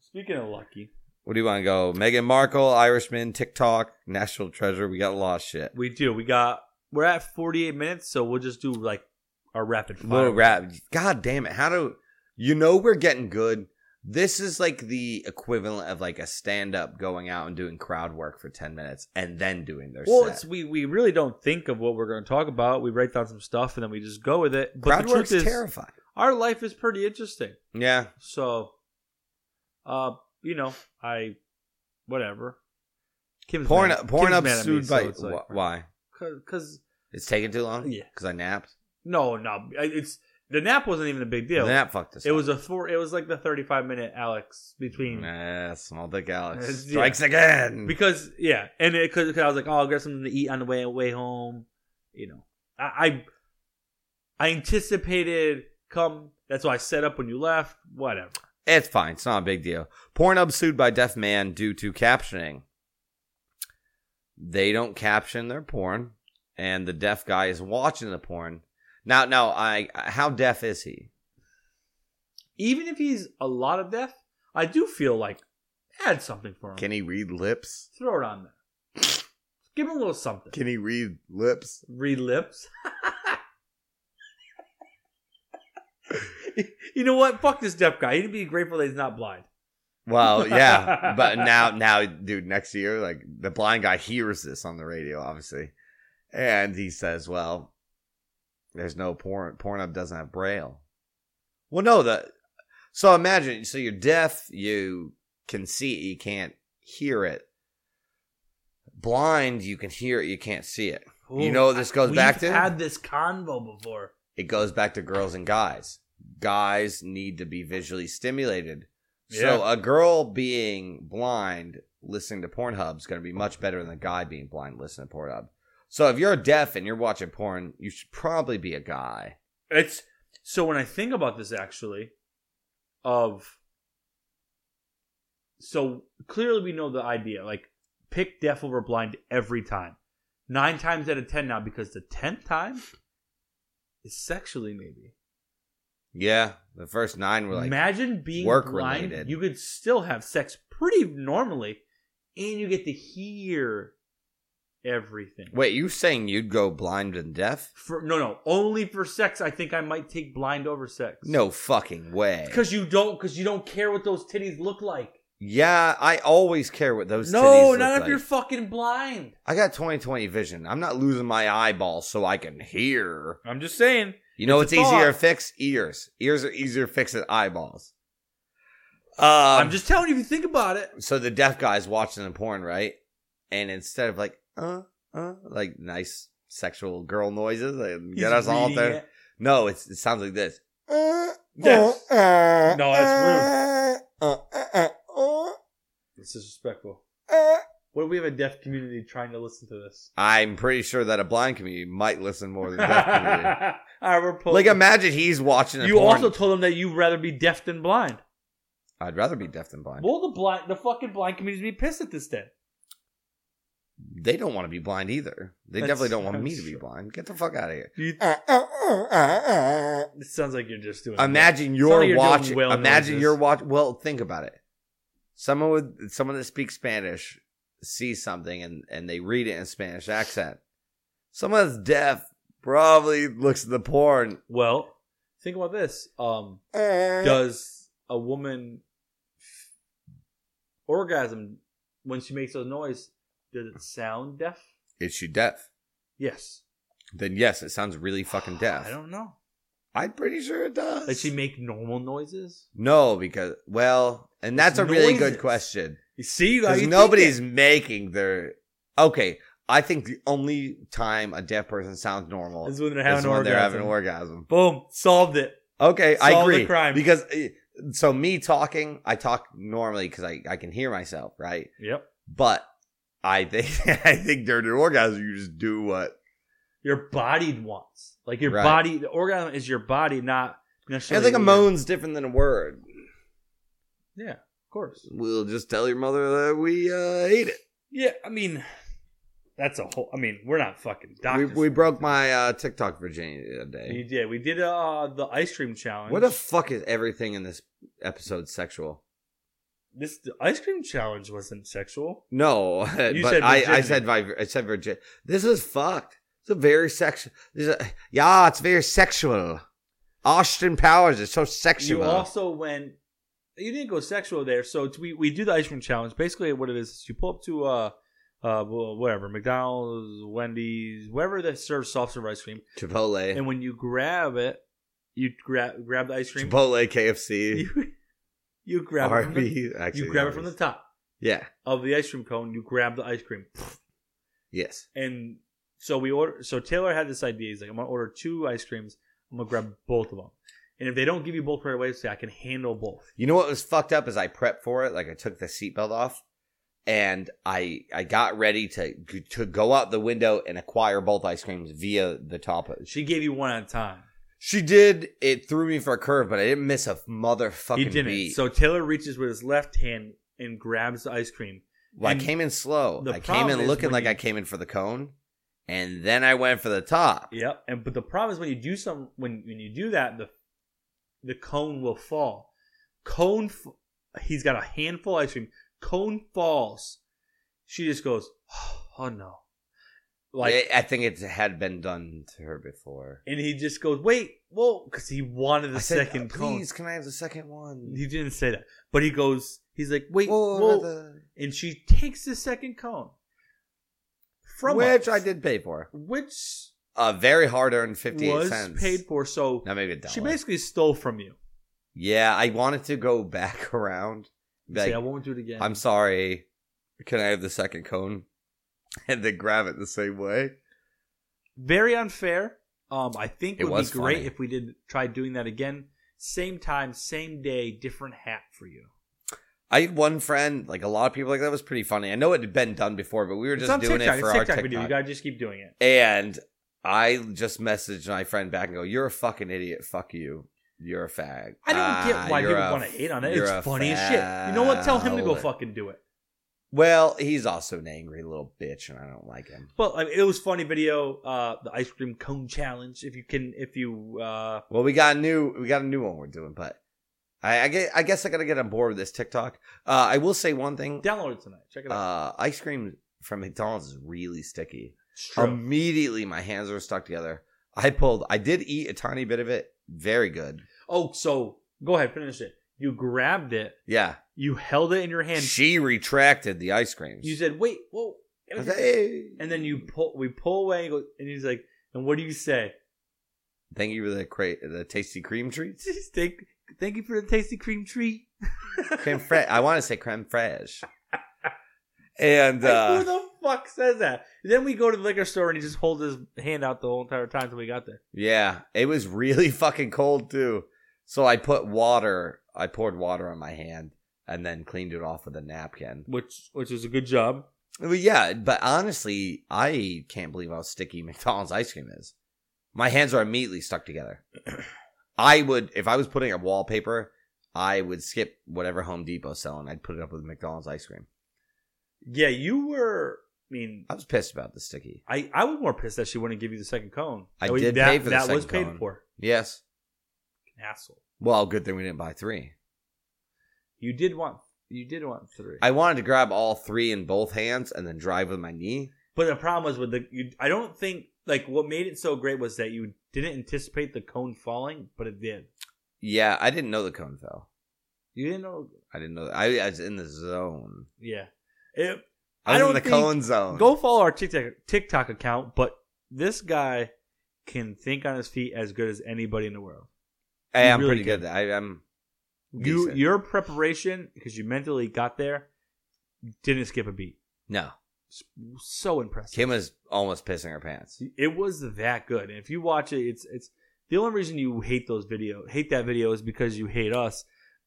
speaking of lucky, what do you want to go? Meghan Markle, Irishman, TikTok, National Treasure. We got a lot of shit. we do. We got. We're at 48 minutes, so we'll just do like our rapid fire. Little rap. God damn it! How do you know we're getting good? This is like the equivalent of like a stand up going out and doing crowd work for ten minutes and then doing their Well, set. it's we we really don't think of what we're going to talk about. We write down some stuff and then we just go with it. But crowd the work's truth is, terrifying. our life is pretty interesting. Yeah, So, uh, you know, I, whatever. Kim's porn mad- porn Kim's up mad at me, sued so by it's like, wh- why? Cause, 'cause- It's taking too long. Yeah. because I napped. no, no, I- it's the nap wasn't even a big Yeah, deal. the nap fucked us. It up. was a four. It was like the thirty-five minute Alex between Nah, small dick Alex Yeah. strikes again. because yeah, and it because I was like, oh, I'll get something to eat on the way way home. You know, I I, I anticipated come. That's why I set up when you left. Whatever. It's fine. It's not a big deal. Pornhub sued by deaf man due to captioning. They don't caption their porn, and the deaf guy is watching the porn. Now, now, I how deaf is he? Even if he's a lot of death, I do feel like add something for him. Can he read lips? Throw it on there. Give him a little something. Can he read lips? Read lips. you know what? Fuck this deaf guy. He'd be grateful that he's not blind. Well, yeah, but now, now, dude, next year, like the blind guy hears this on the radio, obviously, and he says, "Well, there's no porn. Pornhub doesn't have braille." Well, no, the so imagine, so you're deaf, you can see it, you can't hear it. Blind, you can hear it, you can't see it. You know what this goes We've back to? had this convo before. it goes back to girls and guys. Guys need to be visually stimulated. So Yeah. a girl being blind listening to Pornhub is going to be much better than a guy being blind listening to Pornhub. So if you're deaf and you're watching porn, you should probably be a guy. It's so when I think about this actually, of so clearly we know the idea like pick deaf over blind every time, nine times out of ten now because the tenth time is sexually maybe. Yeah, the first nine were like, Imagine being work blind. related. You could still have sex pretty normally, and you get to hear everything. wait, you saying you'd go blind and deaf? For no, no, only for sex. I think I might take blind over sex. No fucking way. because you don't, because you don't care what those titties look like. Yeah, I always care what those. titties no, look not if like. you're fucking blind. I got 20/20 vision. I'm not losing my eyeball so I can hear. I'm just saying. You know It's what's a easier to thought. fix? Ears. Ears are easier to fix than eyeballs. Um, I'm just telling you. If you think about it, so the deaf guy's watching the porn, right? And instead of like uh uh like nice sexual girl noises and he's get us all reading there. it. No, it's, it sounds like this. Yes. No, that's rude. It's disrespectful. What if we have a deaf community trying to listen to this? I'm pretty sure that a blind community might listen more than all a deaf community. right, we're posting. like imagine he's watching. A You porn. also told them that you'd rather be deaf than blind. I'd rather be deaf than blind. Well, the blind, the fucking blind community's be pissed at this then. they don't want to be blind either. They That's- definitely don't want me that's to be true. blind. Get the fuck out of here. You- uh, It sounds like you're just doing. Imagine not you're, like you're doing watching. whale imagine noises. you're watching. Well, think about it. Someone with someone that speaks Spanish sees something and and they read it in a Spanish accent. Someone that's deaf probably looks at the porn. Well, think about this. Um, Does does a woman f- orgasm when she makes those noise? Does it sound deaf? is she deaf? Yes. Then yes, it sounds really fucking deaf. I don't know. I'm pretty sure it does. Does she make normal noises? no, because well, and It's that's a really noises. good question. You see, how Because you nobody's think making their. Okay, I think the only time a deaf person sounds normal it. is is when they're when having an they're having orgasm. an orgasm. Boom! Solved it. Okay, I Solve the agree. crime. Because eh, so me talking, I talk normally because I, I can hear myself, right? Yep. But I think I think during an orgasm you just do what. Your body wants, like your Right. body. The orgasm is your body, not I necessarily. think a your- moan's different than a word. Yeah, of course. We'll just tell your mother that we uh, ate it. Yeah, I mean, that's a whole. I mean, we're not fucking We, doctors. we broke my uh, TikTok virginity the other We day. did. We did uh, the ice cream challenge. What the fuck is everything in this episode sexual? this the ice cream challenge wasn't sexual. No, You but said I, I virginity. said vi- I said virgin. This is fucked. It's a very sexual. This is a, yeah, it's very sexual. Austin Powers is so You sexual. also went. You didn't go sexual there, so it's, we we do the ice cream challenge. Basically, what it is is you pull up to uh uh well, whatever McDonald's, Wendy's, wherever that serves soft serve ice cream, Chipotle, and when you grab it, you grab grab the ice cream. Chipotle, KFC, You, you grab it from the, RB. Actually, you grab it from the Arby's. top yeah. of the ice cream cone. You grab the ice cream. Yes. and so we order. So Taylor had this idea. He's like, I'm gonna order two ice creams. I'm gonna grab both of them. And if they don't give you both right away, say I can handle both. You know what was fucked up is I prepped for it. Like I took the seatbelt off, and I I got ready to to go out the window and acquire both ice creams via the top. She gave you one at a time. She did. It threw me for a curve, but I didn't miss a motherfucking he didn't. beat. So Taylor reaches with his left hand and grabs the ice cream. Well, And I came in slow. the I came problem in is looking when like you- I came in for the cone, and then I went for the top. Yep. And but the problem is when you do some when when you do that the the cone will fall. Cone. f- He's got a handful of ice cream. Cone falls. She just goes, oh no. Like Like I I think it had been done to her before. and he just goes, "Wait, whoa," because he wanted the I said, second "Uh, cone. Please, can I have the second one? He didn't say that, but he goes, "He's like, wait, whoa,", Whoa, another- and she takes the second cone from us, which I did pay for which a very hard-earned fifty-eight was cents. paid for. So Now maybe a dollar. she basically stole from you. yeah, I wanted to go back around. You say, "Oh, Like, "I won't do it again." I'm sorry. Can I have the second cone? And then grab it the same way. very unfair. Um, I think It it would was be great funny. if we did try doing that again, same time, same day, different hat for you. I had one friend, like a lot of people, like that was pretty funny. I know it had been done before, but we were it's just on doing TikTok. it it's for our TikTok TikTok. video. You gotta just keep doing it. and I just messaged my friend back and go, "You're a fucking idiot. Fuck you. You're a fag." I don't Ah, get why you're people a want to hate on it. you're It's a funny as shit. You know what? Tell him to go foul. fucking do it. Well, he's also an angry little bitch, and I don't like him. But like, it was funny video. Uh, the ice cream cone challenge. If you can, if you uh, Well, we got a new we got a new one we're doing, but I I, get, I guess I gotta get on board with this TikTok. Uh, I will say one thing: download it tonight, check it out. uh, ice cream from McDonald's is really sticky. It's true. um, Immediately, my hands were stuck together. I pulled. I did eat a tiny bit of it. Very good. oh, so go ahead, finish it. You grabbed it. Yeah. You held it in your hand. she retracted the ice cream. You said, "Wait, whoa." I was like, "Hey." And then you pull. We pull away, and, go, and he's like, "And what do you say?" Thank you for the cra- the tasty cream treat. thank, thank you for the tasty cream treat. Creme fraiche. I want to say creme fraiche. And Like, uh, who the fuck says that? Then we go to the liquor store and he just holds his hand out the whole entire time until we got there. Yeah, it was really fucking cold too. So I put water, I poured water on my hand and then cleaned it off with a napkin. Which which was a good job. Well, yeah, but honestly, I can't believe how sticky McDonald's ice cream is. My hands are immediately stuck together. I would, if I was putting up wallpaper, I would skip whatever Home Depot selling. I'd put it up with McDonald's ice cream. Yeah, you were. I mean, I was pissed about the sticky. I I was more pissed that she wouldn't give you the second cone. I That we- did that, pay for the that was second paid cone. for. Yes. Asshole. Well, good thing we didn't buy three. You did want you did want three. I wanted to grab all three in both hands and then drive with my knee. but the problem was with the. You, I don't think like what made it so great was that you didn't anticipate the cone falling, but it did. Yeah, I didn't know the cone fell. You didn't know. I didn't know. I, I was in the zone. Yeah. It, I was I don't in the think- cone zone. Go follow our TikTok TikTok account, but this guy can think on his feet as good as anybody in the world. Hey, you I'm really pretty good. I, I'm. You decent. your preparation because you mentally got there didn't skip a beat. no. S- So impressive. Kim is almost pissing her pants. it was that good. And if you watch it, it's it's the only reason you hate those video hate that video is because you hate us.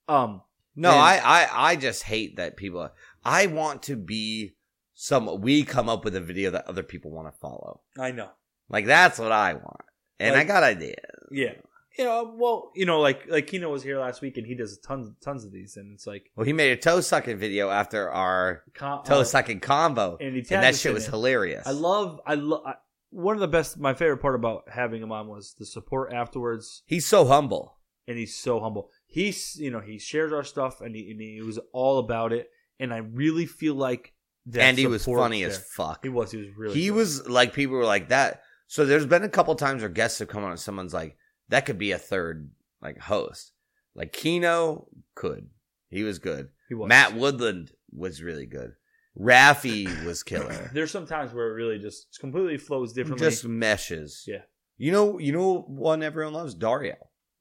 Um, No, Man. I, I, I just hate that people. I want to be some. We come up with a video that other people want to follow. I know. Like that's what I want, and I Like- got ideas. Yeah. You know, well, you know, like like Kino was here last week and he does tons tons of these, and it's like Well, he made a toe sucking video after our co- toe uh, sucking combo, and, he and tagged that us shit in was it. hilarious. I love, I love. I, one of the best, my favorite part about having him on was the support afterwards, He's so humble. and he's so humble. He's, you know, he shares our stuff, and he, and he was all about it. And I really feel like that and he was support's funny as there. fuck. He was. He was really. he good. was like people were like that. So there's been a couple times where guests have come on and someone's like, that could be a third like host. Like Kino could. He was good. He was. Matt Woodland was really good. Raffy was killer. There's some times where it really just completely flows differently. Just meshes. Yeah. You know you know one everyone loves? Dario.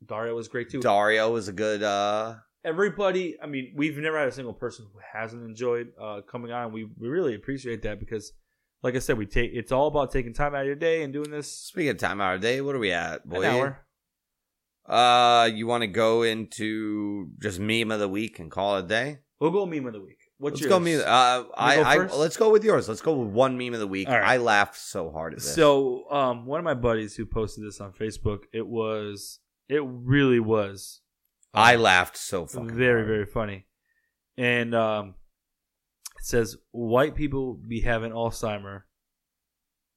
Dario was great too. Dario was a good uh Everybody, I mean, we've never had a single person who hasn't enjoyed uh, coming on. We we really appreciate that because, like I said, we take it's all about taking time out of your day and doing this speaking of time out of day, what are we at, boy? an hour. Uh you wanna go into just meme of the week and call it a day? We'll go meme of the week. What's let's yours? go meme. Uh, I, go I first? let's go with yours. Let's go with one meme of the week. All right. I laughed so hard at this. So, um, one of my buddies who posted this on Facebook, it was, it really was I laughed so fucking very, hard. very funny. And um, it says, white people be having Alzheimer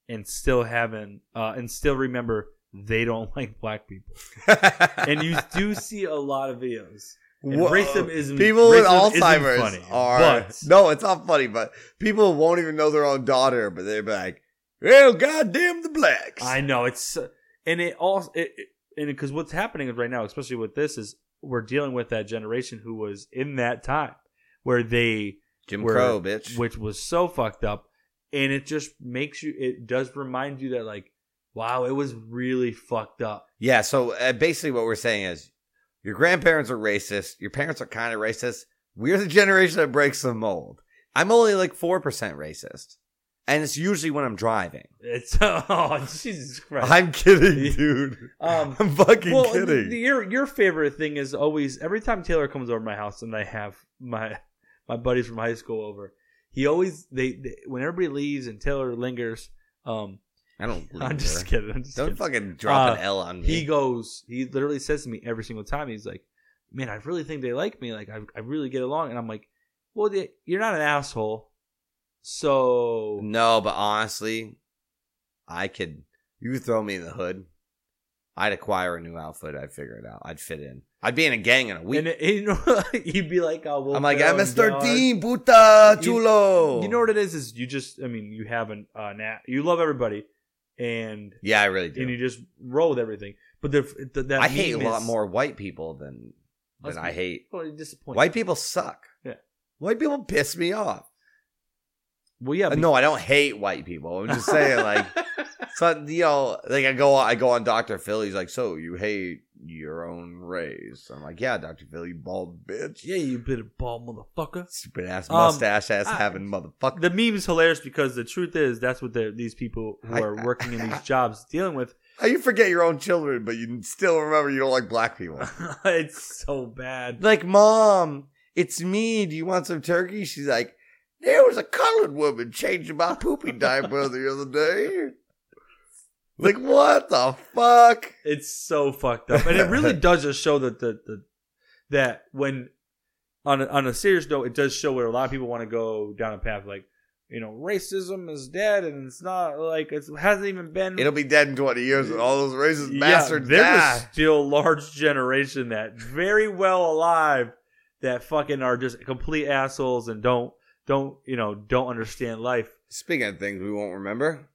and still having, uh, and still remember they don't like black people. And you do see a lot of videos. And Whoa. racism, people with racism isn't Alzheimer's funny, are but- no, it's not funny, but people won't even know their own daughter, but they're like, well, goddamn the blacks. I know it's and it all it, it- and because what's happening is right now, especially with this, is we're dealing with that generation who was in that time where they, Jim were- Crow, bitch. which was so fucked up, and it just makes you. It does remind you that like, wow, it was really fucked up. yeah. So uh, basically, what we're saying is, your grandparents are racist. Your parents are kind of racist. We're the generation that breaks the mold. I'm only like four percent racist, and it's usually when I'm driving. It's oh Jesus Christ. I'm kidding, dude. Um, I'm fucking well, kidding. the- your your favorite thing is always every time Taylor comes over my house and I have my my buddies from high school over. He always they, they when everybody leaves and Taylor lingers. Um, I don't. I'm just kidding. kidding. I'm just Don't kidding. fucking drop Uh, an L on me. he goes. He literally says to me every single time. He's like, "Man, I really think they like me. Like, I, I really get along." And I'm like, "Well, they, you're not an asshole, so no, but honestly, I could. You throw me in the hood. I'd acquire a new outfit. I'd figure it out. I'd fit in. I'd be in a gang in a week. And it- you know, you'd be like, oh, Will I'm like, Ferrell I'm and MS13, puta, You- chulo. John." You know what it is? Is you just, I mean, you have an, uh, na you love everybody, and Yeah, I really and do. you just roll with everything. But the, the, that I hate a meme lot is- more white people than than Let's I be- hate. Well, it disappoints. White people suck. Yeah. White people piss me off. Well, yeah, Uh, no, I don't hate white people. I'm just saying, like, so, you know, like I go, I go on Doctor Phil. He's like, so you hate your own race? I'm like, yeah, Doctor Phil, you bald bitch, yeah, you bit of ball, motherfucker. stupid ass Um, mustache ass I- having motherfucker. The meme is hilarious because the truth is that's what the, these people who I- are working in these jobs dealing with. How you forget your own children, but you still remember you don't like black people. it's so bad. like, mom, it's me. Do you want some turkey? She's like, there was a colored woman changing my poopy diaper the other day. Like, what the fuck? It's so fucked up, and it really does just show that the, the that when on a, on a serious note, it does show where a lot of people want to go down a path like you know racism is dead, and it's not like it hasn't even been. It'll be dead in 20 years and all those racist bastards there die. was still large generation that very well alive that fucking are just complete assholes and don't don't you know don't understand life. Speaking of things we won't remember,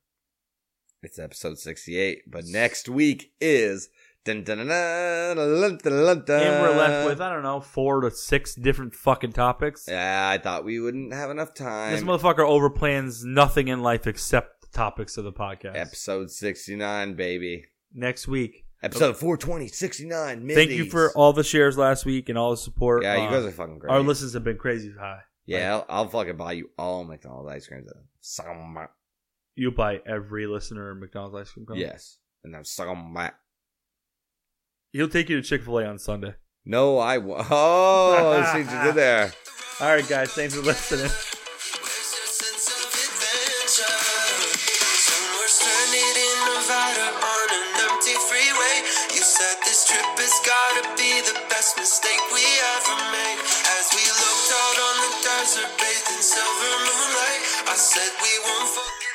it's episode 68, but next week is. And and we're we're left with I don't know four to six different fucking topics. Yeah, I thought we wouldn't have enough This time. motherfucker overplans nothing in life except the topics of the podcast. Episode 69, baby. Next week. Episode 420, 69. Thank you for all the shares last week and all the support. Yeah, you Uh, guys are fucking great. Our listens have been crazy high. yeah, I'll, I'll fucking buy you all McDonald's ice creams. Some- You buy every listener in McDonald's ice cream. cone. Yes. And I'm some. He'll take you to Chick fil A on Sunday. No, I. W- oh, see what you did there. All right, guys. Thanks for listening. Where's your sense of adventure? Somewhere stranded in Nevada on an empty freeway. You said this trip has gotta be the best mistake we ever made. As we looked out on the desert, bathed in silver moonlight, I said we won't. Fo-